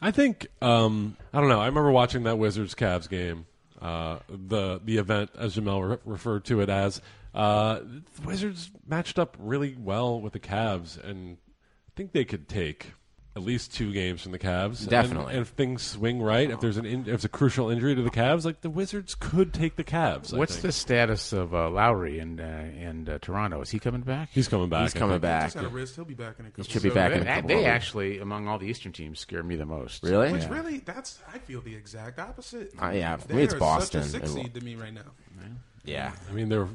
Speaker 8: I think um, I don't know. I remember watching that Wizards Cavs game, uh, the the event as Jamel re- referred to it as. Uh, the Wizards matched up really well with the Cavs, and I think they could take at least two games from the Cavs. And-
Speaker 3: Definitely.
Speaker 8: and, if things swing right, if there's an in, if it's a crucial injury to the Cavs, like the Wizards could take the Cavs. I
Speaker 2: What's
Speaker 8: think.
Speaker 2: the status of uh, Lowry and uh, and uh, Toronto? Is he coming back?
Speaker 8: He's coming back, He's I coming think.
Speaker 1: He's got a wrist. He'll be back in a couple.
Speaker 3: should be back in a
Speaker 2: They-
Speaker 3: couple of
Speaker 2: They
Speaker 3: weeks.
Speaker 2: actually, among all the Eastern teams, scare me the most.
Speaker 3: Really?
Speaker 1: Which
Speaker 3: Yeah.
Speaker 1: really, that's I feel the exact opposite.
Speaker 3: Uh, yeah, for
Speaker 1: They
Speaker 3: me it's
Speaker 1: are
Speaker 3: Boston.
Speaker 1: Such a six
Speaker 3: It will-
Speaker 1: seed to me right now.
Speaker 3: yeah,
Speaker 8: I mean they're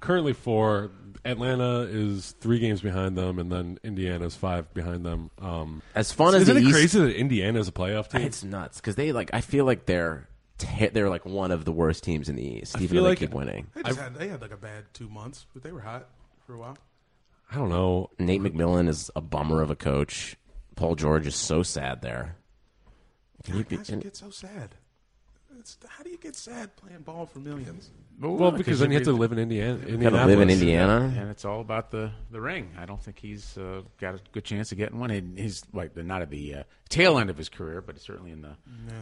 Speaker 8: currently four. Atlanta is three games behind them, and then Indiana's five behind them. Um,
Speaker 3: As fun as
Speaker 8: isn't
Speaker 3: the
Speaker 8: it
Speaker 3: East-
Speaker 8: crazy that Indiana is a playoff team?
Speaker 3: It's nuts because they like. I feel like they're te- they're like one of the worst teams in the East,
Speaker 8: I
Speaker 3: even
Speaker 8: feel
Speaker 3: though
Speaker 8: like-
Speaker 3: they keep winning.
Speaker 1: They just had they had like a bad two months, but they were hot for a while.
Speaker 8: I don't know.
Speaker 3: Nate McMillan is a bummer of a coach. Paul George is so sad there. Can you be-
Speaker 1: Guys, you get so sad. It's, how do you get sad playing ball for millions?
Speaker 8: Well, because then you have to live in Indiana.
Speaker 3: gotta live in Indiana.
Speaker 2: and it's all about the, the ring. I don't think he's uh, got a good chance of getting one. And he's like the, not at the uh, tail end of his career, but it's certainly in the.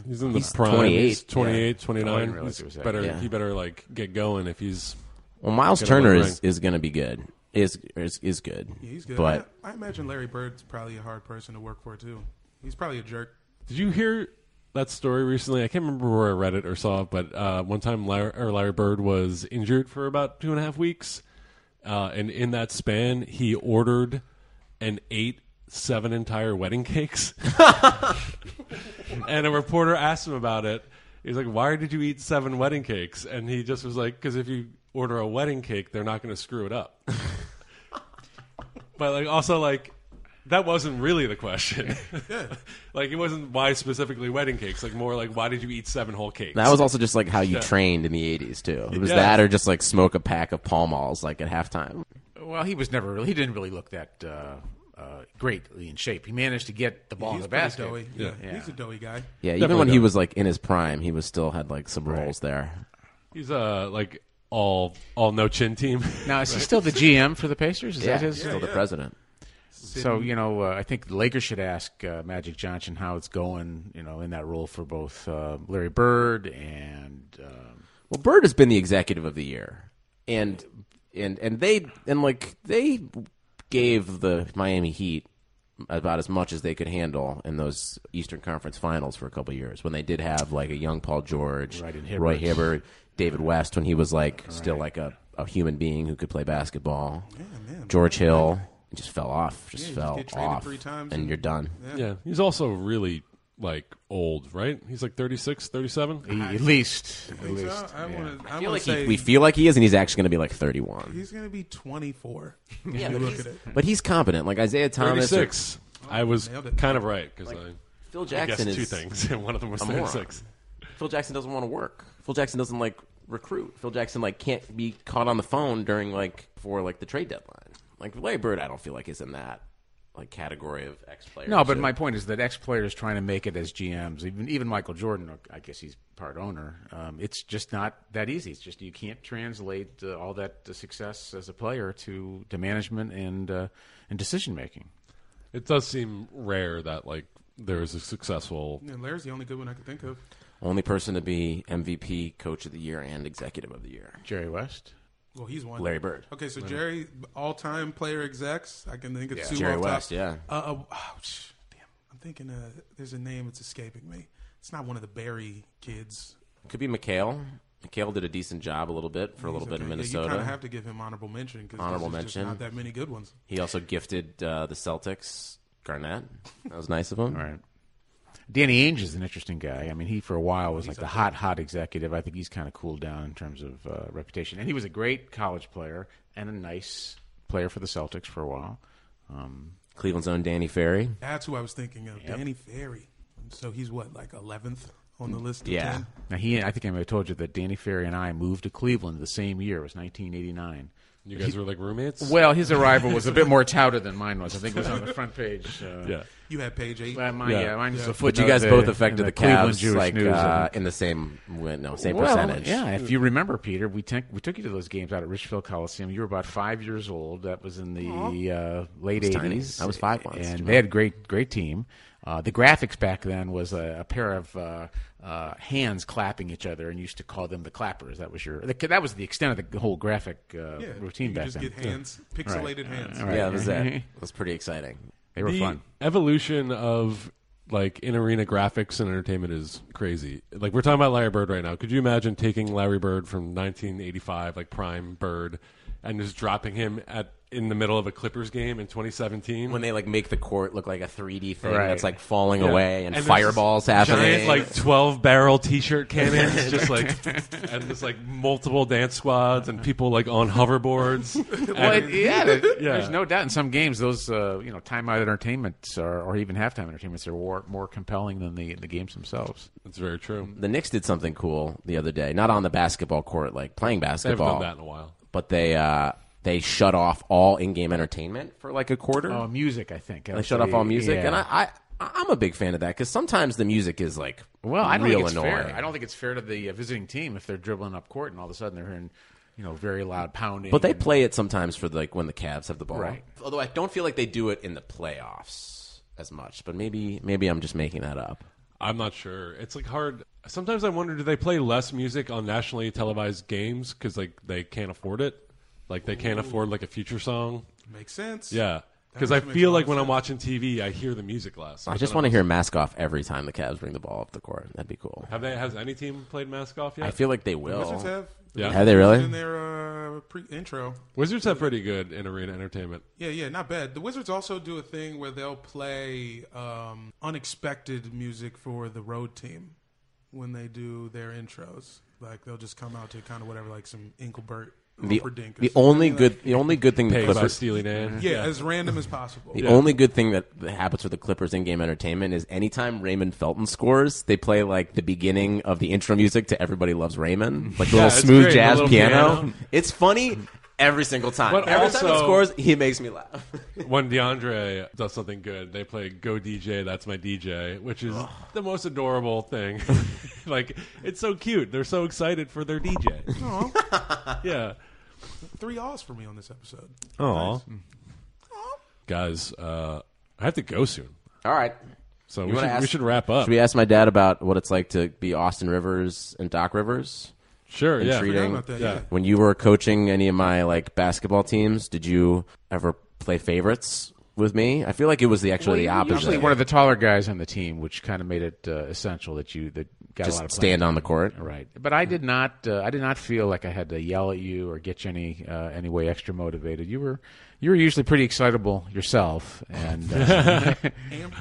Speaker 8: He's in the
Speaker 3: He's
Speaker 8: prime.
Speaker 3: 28.
Speaker 8: He's 28,
Speaker 2: Yeah.
Speaker 8: 29.
Speaker 2: I didn't
Speaker 8: He's
Speaker 2: realize it was that
Speaker 8: better.
Speaker 2: young. Yeah.
Speaker 8: He better like get going if he's.
Speaker 3: well, Miles
Speaker 8: gonna win
Speaker 3: Turner
Speaker 8: the
Speaker 3: is, is going to be good. Is is is good.
Speaker 1: Yeah, he's good.
Speaker 3: But
Speaker 1: I, I imagine Larry Bird's probably a hard person to work for too. He's probably a jerk.
Speaker 8: Did you hear that story recently? I can't remember where I read it or saw it, but uh, one time Larry, or Larry Bird was injured for about two and a half weeks, uh, and in that span, he ordered and ate seven entire wedding cakes. and a reporter asked him about it. He's like, "Why did you eat seven wedding cakes?" And he just was like, "Because if you order a wedding cake, they're not going to screw it up." but like, also like, that wasn't really the question. like, it wasn't why specifically wedding cakes. Like, more like, why did you eat seven whole cakes?
Speaker 3: that was also just like how you
Speaker 8: Yeah.
Speaker 3: trained in the '80s too. It was
Speaker 8: Yeah.
Speaker 3: that or just like smoke a pack of Pall Malls like at halftime.
Speaker 2: Well, he was never really. He didn't really look that uh, uh, greatly in shape. He managed to get the ball in
Speaker 1: He's
Speaker 2: the
Speaker 1: pretty
Speaker 2: basket.
Speaker 1: doughy. Yeah. he's a doughy guy.
Speaker 3: Yeah, even
Speaker 8: Definitely
Speaker 3: when he
Speaker 8: don't.
Speaker 3: was like in his prime, he was still had like some roles there.
Speaker 8: He's uh like all all no chin team.
Speaker 2: Now is he still the GM for the Pacers? Is
Speaker 3: yeah,
Speaker 2: that his? uh,
Speaker 3: still the president.
Speaker 2: So you know, uh, I think the Lakers should ask uh, Magic Johnson how it's going. You know, in that role for both uh, Larry Bird and um,
Speaker 3: Well, Bird has been the executive of the year, and and and they and like they gave the Miami Heat about as much as they could handle in those Eastern Conference Finals for a couple years when they did have like a young Paul George,
Speaker 2: Right, and
Speaker 3: Roy
Speaker 2: Hibbert.
Speaker 3: Hibbert, David West when he was like still like a, a human being who could play basketball.
Speaker 1: Oh,
Speaker 3: George Hill he just fell off, just
Speaker 1: Yeah, you
Speaker 3: fell
Speaker 1: get traded
Speaker 3: off,
Speaker 1: three times
Speaker 3: and
Speaker 1: and-
Speaker 3: you're done.
Speaker 8: Yeah. He's also really like old, right? He's like 36, 37?
Speaker 2: At least. At
Speaker 1: least. so. uh, I Yeah. wanna- I wanna
Speaker 3: Like, he-
Speaker 1: say-
Speaker 3: we feel like he is, and he's actually going to be like 31.
Speaker 1: He's gonna be 24.
Speaker 3: Yeah,
Speaker 1: If you
Speaker 3: but
Speaker 1: look
Speaker 3: he's-
Speaker 1: at it.
Speaker 3: But he's competent, like Isaiah Thomas. or-
Speaker 8: 36. I was kind of right because I
Speaker 3: Phil
Speaker 8: I
Speaker 3: Jackson
Speaker 8: guessed
Speaker 3: is
Speaker 8: two things, and one of them was
Speaker 3: a moron.
Speaker 8: 36.
Speaker 3: Phil Jackson doesn't want to work. Phil Jackson doesn't like recruit. Phil Jackson like can't be caught on the phone during like for like the trade deadline. Like Larry Bird, I don't feel like is in that like category of ex players.
Speaker 2: No, but my point is that ex players trying to make it as GMs, even even Michael Jordan, I guess he's part owner. Um, it's just not that easy. It's just you can't translate uh, all that uh, success as a player to to management and uh, and decision making.
Speaker 8: It does seem rare that like there is a successful.
Speaker 1: Yeah, Larry's the only good one I could think of.
Speaker 3: only person to be MVP, coach of the year, and executive of the year.
Speaker 2: Jerry West.
Speaker 1: Well, he's one.
Speaker 3: Larry Bird.
Speaker 1: Okay, so
Speaker 3: Larry.
Speaker 1: Jerry, all-time player execs. I can think of
Speaker 3: Yeah.
Speaker 1: two.
Speaker 3: Jerry
Speaker 1: off
Speaker 3: West,
Speaker 1: top.
Speaker 3: yeah.
Speaker 1: Uh, uh, oh, sh- damn, I'm thinking uh, there's a name that's escaping me. It's not one of the Barry kids.
Speaker 3: Could be McHale. McHale did a decent job a little bit for a
Speaker 1: He's
Speaker 3: little bit in
Speaker 1: okay. Yeah,
Speaker 3: Minnesota.
Speaker 1: you kind of have to give him honorable mention because
Speaker 3: honorable
Speaker 1: there's
Speaker 3: mention.
Speaker 1: Just not that many good ones.
Speaker 3: He also gifted uh, the Celtics Garnett. That was nice of him.
Speaker 2: Right. Danny Ainge is an interesting guy. I mean, he for a while was like the hot, hot executive. I think he's kind of cooled down in terms of uh, reputation. And he was a great college player and a nice player for the Celtics for a while. Um,
Speaker 3: Cleveland's own Danny Ferry.
Speaker 1: That's who I was thinking of.
Speaker 2: Yep.
Speaker 1: Danny Ferry. So he's what, like 11th on the list? Of 10?
Speaker 2: Now he, I think I may have told you that Danny Ferry and I moved to Cleveland the same year. It was 1989.
Speaker 8: You guys
Speaker 2: He-
Speaker 8: were like roommates.
Speaker 2: Well, his arrival was a bit more touted than mine was. I think it was on the front page. Uh,
Speaker 8: Yeah.
Speaker 1: You had page eight.
Speaker 2: Well, mine, yeah. mine was a
Speaker 3: But you
Speaker 2: footnote
Speaker 3: guys
Speaker 2: there
Speaker 3: both
Speaker 2: in
Speaker 3: affected the,
Speaker 2: Cleveland
Speaker 3: Cavs
Speaker 2: Jewish
Speaker 3: like
Speaker 2: News, I
Speaker 3: uh,
Speaker 2: think.
Speaker 3: in the same win- no same
Speaker 2: Well,
Speaker 3: percentage.
Speaker 2: Yeah, if you remember, Peter, we took we took you to those games out at Richfield Coliseum. You were about five years old. That was in the uh, late
Speaker 3: I was tiny.
Speaker 2: eighties.
Speaker 3: I was five once.
Speaker 2: and they had a great great team. Uh, the graphics back then was a, a pair of uh, uh, hands clapping each other, and you used to call them the clappers. That was your that was the extent of the whole graphic uh,
Speaker 1: Yeah,
Speaker 2: routine
Speaker 1: you
Speaker 2: back
Speaker 1: just
Speaker 2: then.
Speaker 1: get hands,
Speaker 2: Yeah.
Speaker 1: pixelated
Speaker 2: Right.
Speaker 1: hands.
Speaker 2: Uh, all right.
Speaker 3: Yeah, it was that. It was pretty exciting.
Speaker 2: They were
Speaker 8: the
Speaker 2: fun.
Speaker 8: Evolution of like in arena graphics and entertainment is crazy. Like we're talking about Larry Bird right now. Could you imagine taking Larry Bird from 1985, like prime Bird, and just dropping him at in the middle of a Clippers game in 2017
Speaker 3: when they like make the court look like a 3D thing
Speaker 8: Right.
Speaker 3: that's like falling
Speaker 8: Yeah.
Speaker 3: away and,
Speaker 8: there's
Speaker 3: fireballs
Speaker 8: just
Speaker 3: happening.
Speaker 8: Giant like twelve barrel T-shirt cannons, just like and just like multiple dance squads and people like on hoverboards.
Speaker 2: Well,
Speaker 8: And-
Speaker 2: it- yeah, there-
Speaker 8: Yeah.
Speaker 2: there's no doubt. In some games, those uh, you know timeout entertainments are, or even halftime entertainments are more, more compelling than the the games themselves.
Speaker 8: That's very true.
Speaker 3: the Knicks did something cool the other day, not on the basketball court, like playing basketball.
Speaker 8: that in a while.
Speaker 3: But they uh, they shut off all in-game entertainment for like a quarter.
Speaker 2: Oh, music, I think.
Speaker 3: they shut off all music,
Speaker 2: Yeah.
Speaker 3: and I, I I'm a big fan of that because sometimes the music is like
Speaker 2: well, I don't
Speaker 3: real
Speaker 2: think it's
Speaker 3: annoying.
Speaker 2: fair. I don't think it's fair to the uh, visiting team if they're dribbling up court and all of a sudden they're hearing you know very loud pounding.
Speaker 3: But they
Speaker 2: and-
Speaker 3: play it sometimes for like when the Cavs have the ball.
Speaker 2: Right.
Speaker 3: Although I don't feel like they do it in the playoffs as much. But maybe maybe I'm just making that up.
Speaker 8: I'm not sure. It's like hard. Sometimes I wonder, do they play less music on nationally televised games because like they can't afford it? Like they can't afford like a future song.
Speaker 1: Makes sense.
Speaker 8: Yeah,
Speaker 1: That
Speaker 8: because I
Speaker 1: actually makes a
Speaker 8: feel
Speaker 1: lot
Speaker 8: like
Speaker 1: of
Speaker 8: when I'm
Speaker 1: sense.
Speaker 8: watching TV, I hear the music less.
Speaker 3: I
Speaker 8: But
Speaker 3: just
Speaker 8: then
Speaker 3: want to
Speaker 8: I'm
Speaker 3: hear mask off every time the Cavs bring the ball up the court. That'd be cool.
Speaker 8: Have they? Has any team played mask off yet?
Speaker 3: I feel like they will.
Speaker 1: The Wizards have. the
Speaker 8: Yeah.
Speaker 1: Wizards
Speaker 3: Have they really?
Speaker 1: In their uh, pre intro.
Speaker 8: Wizards have pretty good in arena entertainment.
Speaker 1: Yeah, yeah, not bad. The Wizards also do a thing where they'll play um, unexpected music for the road team when they do their intros. Like they'll just come out to kind of whatever, like some Engelbert.
Speaker 3: The,
Speaker 1: Humperdinck or
Speaker 3: the
Speaker 1: something.
Speaker 3: only
Speaker 1: Like,
Speaker 3: good the only good thing the
Speaker 8: Paid by
Speaker 3: Clippers
Speaker 8: Steely Dan.
Speaker 1: Yeah, as random as possible.
Speaker 3: The
Speaker 1: Yeah.
Speaker 3: only good thing that, that happens with the Clippers in game entertainment is anytime Raymond Felton scores, they play like the beginning of the intro music to Everybody Loves Raymond, like the
Speaker 8: Yeah,
Speaker 3: little
Speaker 8: it's
Speaker 3: smooth
Speaker 8: great, the
Speaker 3: jazz
Speaker 8: little
Speaker 3: piano.
Speaker 8: piano.
Speaker 3: It's funny every single time.
Speaker 8: But
Speaker 3: every time he
Speaker 8: also-
Speaker 3: scores, he makes me laugh.
Speaker 8: when DeAndre does something good, they play "Go DJ, That's My DJ," which is the most adorable thing. like it's so cute. They're so excited for their DJ.
Speaker 1: Aw.
Speaker 8: yeah.
Speaker 1: Three R's for me on this episode.
Speaker 8: Oh, guys, uh, I have to go soon.
Speaker 3: All right.
Speaker 8: So
Speaker 3: You
Speaker 8: we should,
Speaker 3: wanna
Speaker 8: we
Speaker 3: ask-
Speaker 8: should wrap up.
Speaker 3: Should we ask my dad about what it's like to be Austin Rivers and Doc Rivers?
Speaker 8: Sure,
Speaker 3: And
Speaker 8: yeah.
Speaker 3: treating-
Speaker 8: Forgot about that, yeah.
Speaker 3: When you were coaching any of my like basketball teams, did you ever play favorites with me. I feel like it was the actually the
Speaker 2: Well,
Speaker 3: opposite.
Speaker 2: Usually one of the taller guys on the team, which kind of made it uh, essential that you that got
Speaker 3: Just
Speaker 2: a lot of
Speaker 3: stand
Speaker 2: playing
Speaker 3: on the court.
Speaker 2: Right, but I did not. Uh, I did not feel like I had to yell at you or get you any uh, any way extra motivated. You were you were usually pretty excitable yourself, and uh,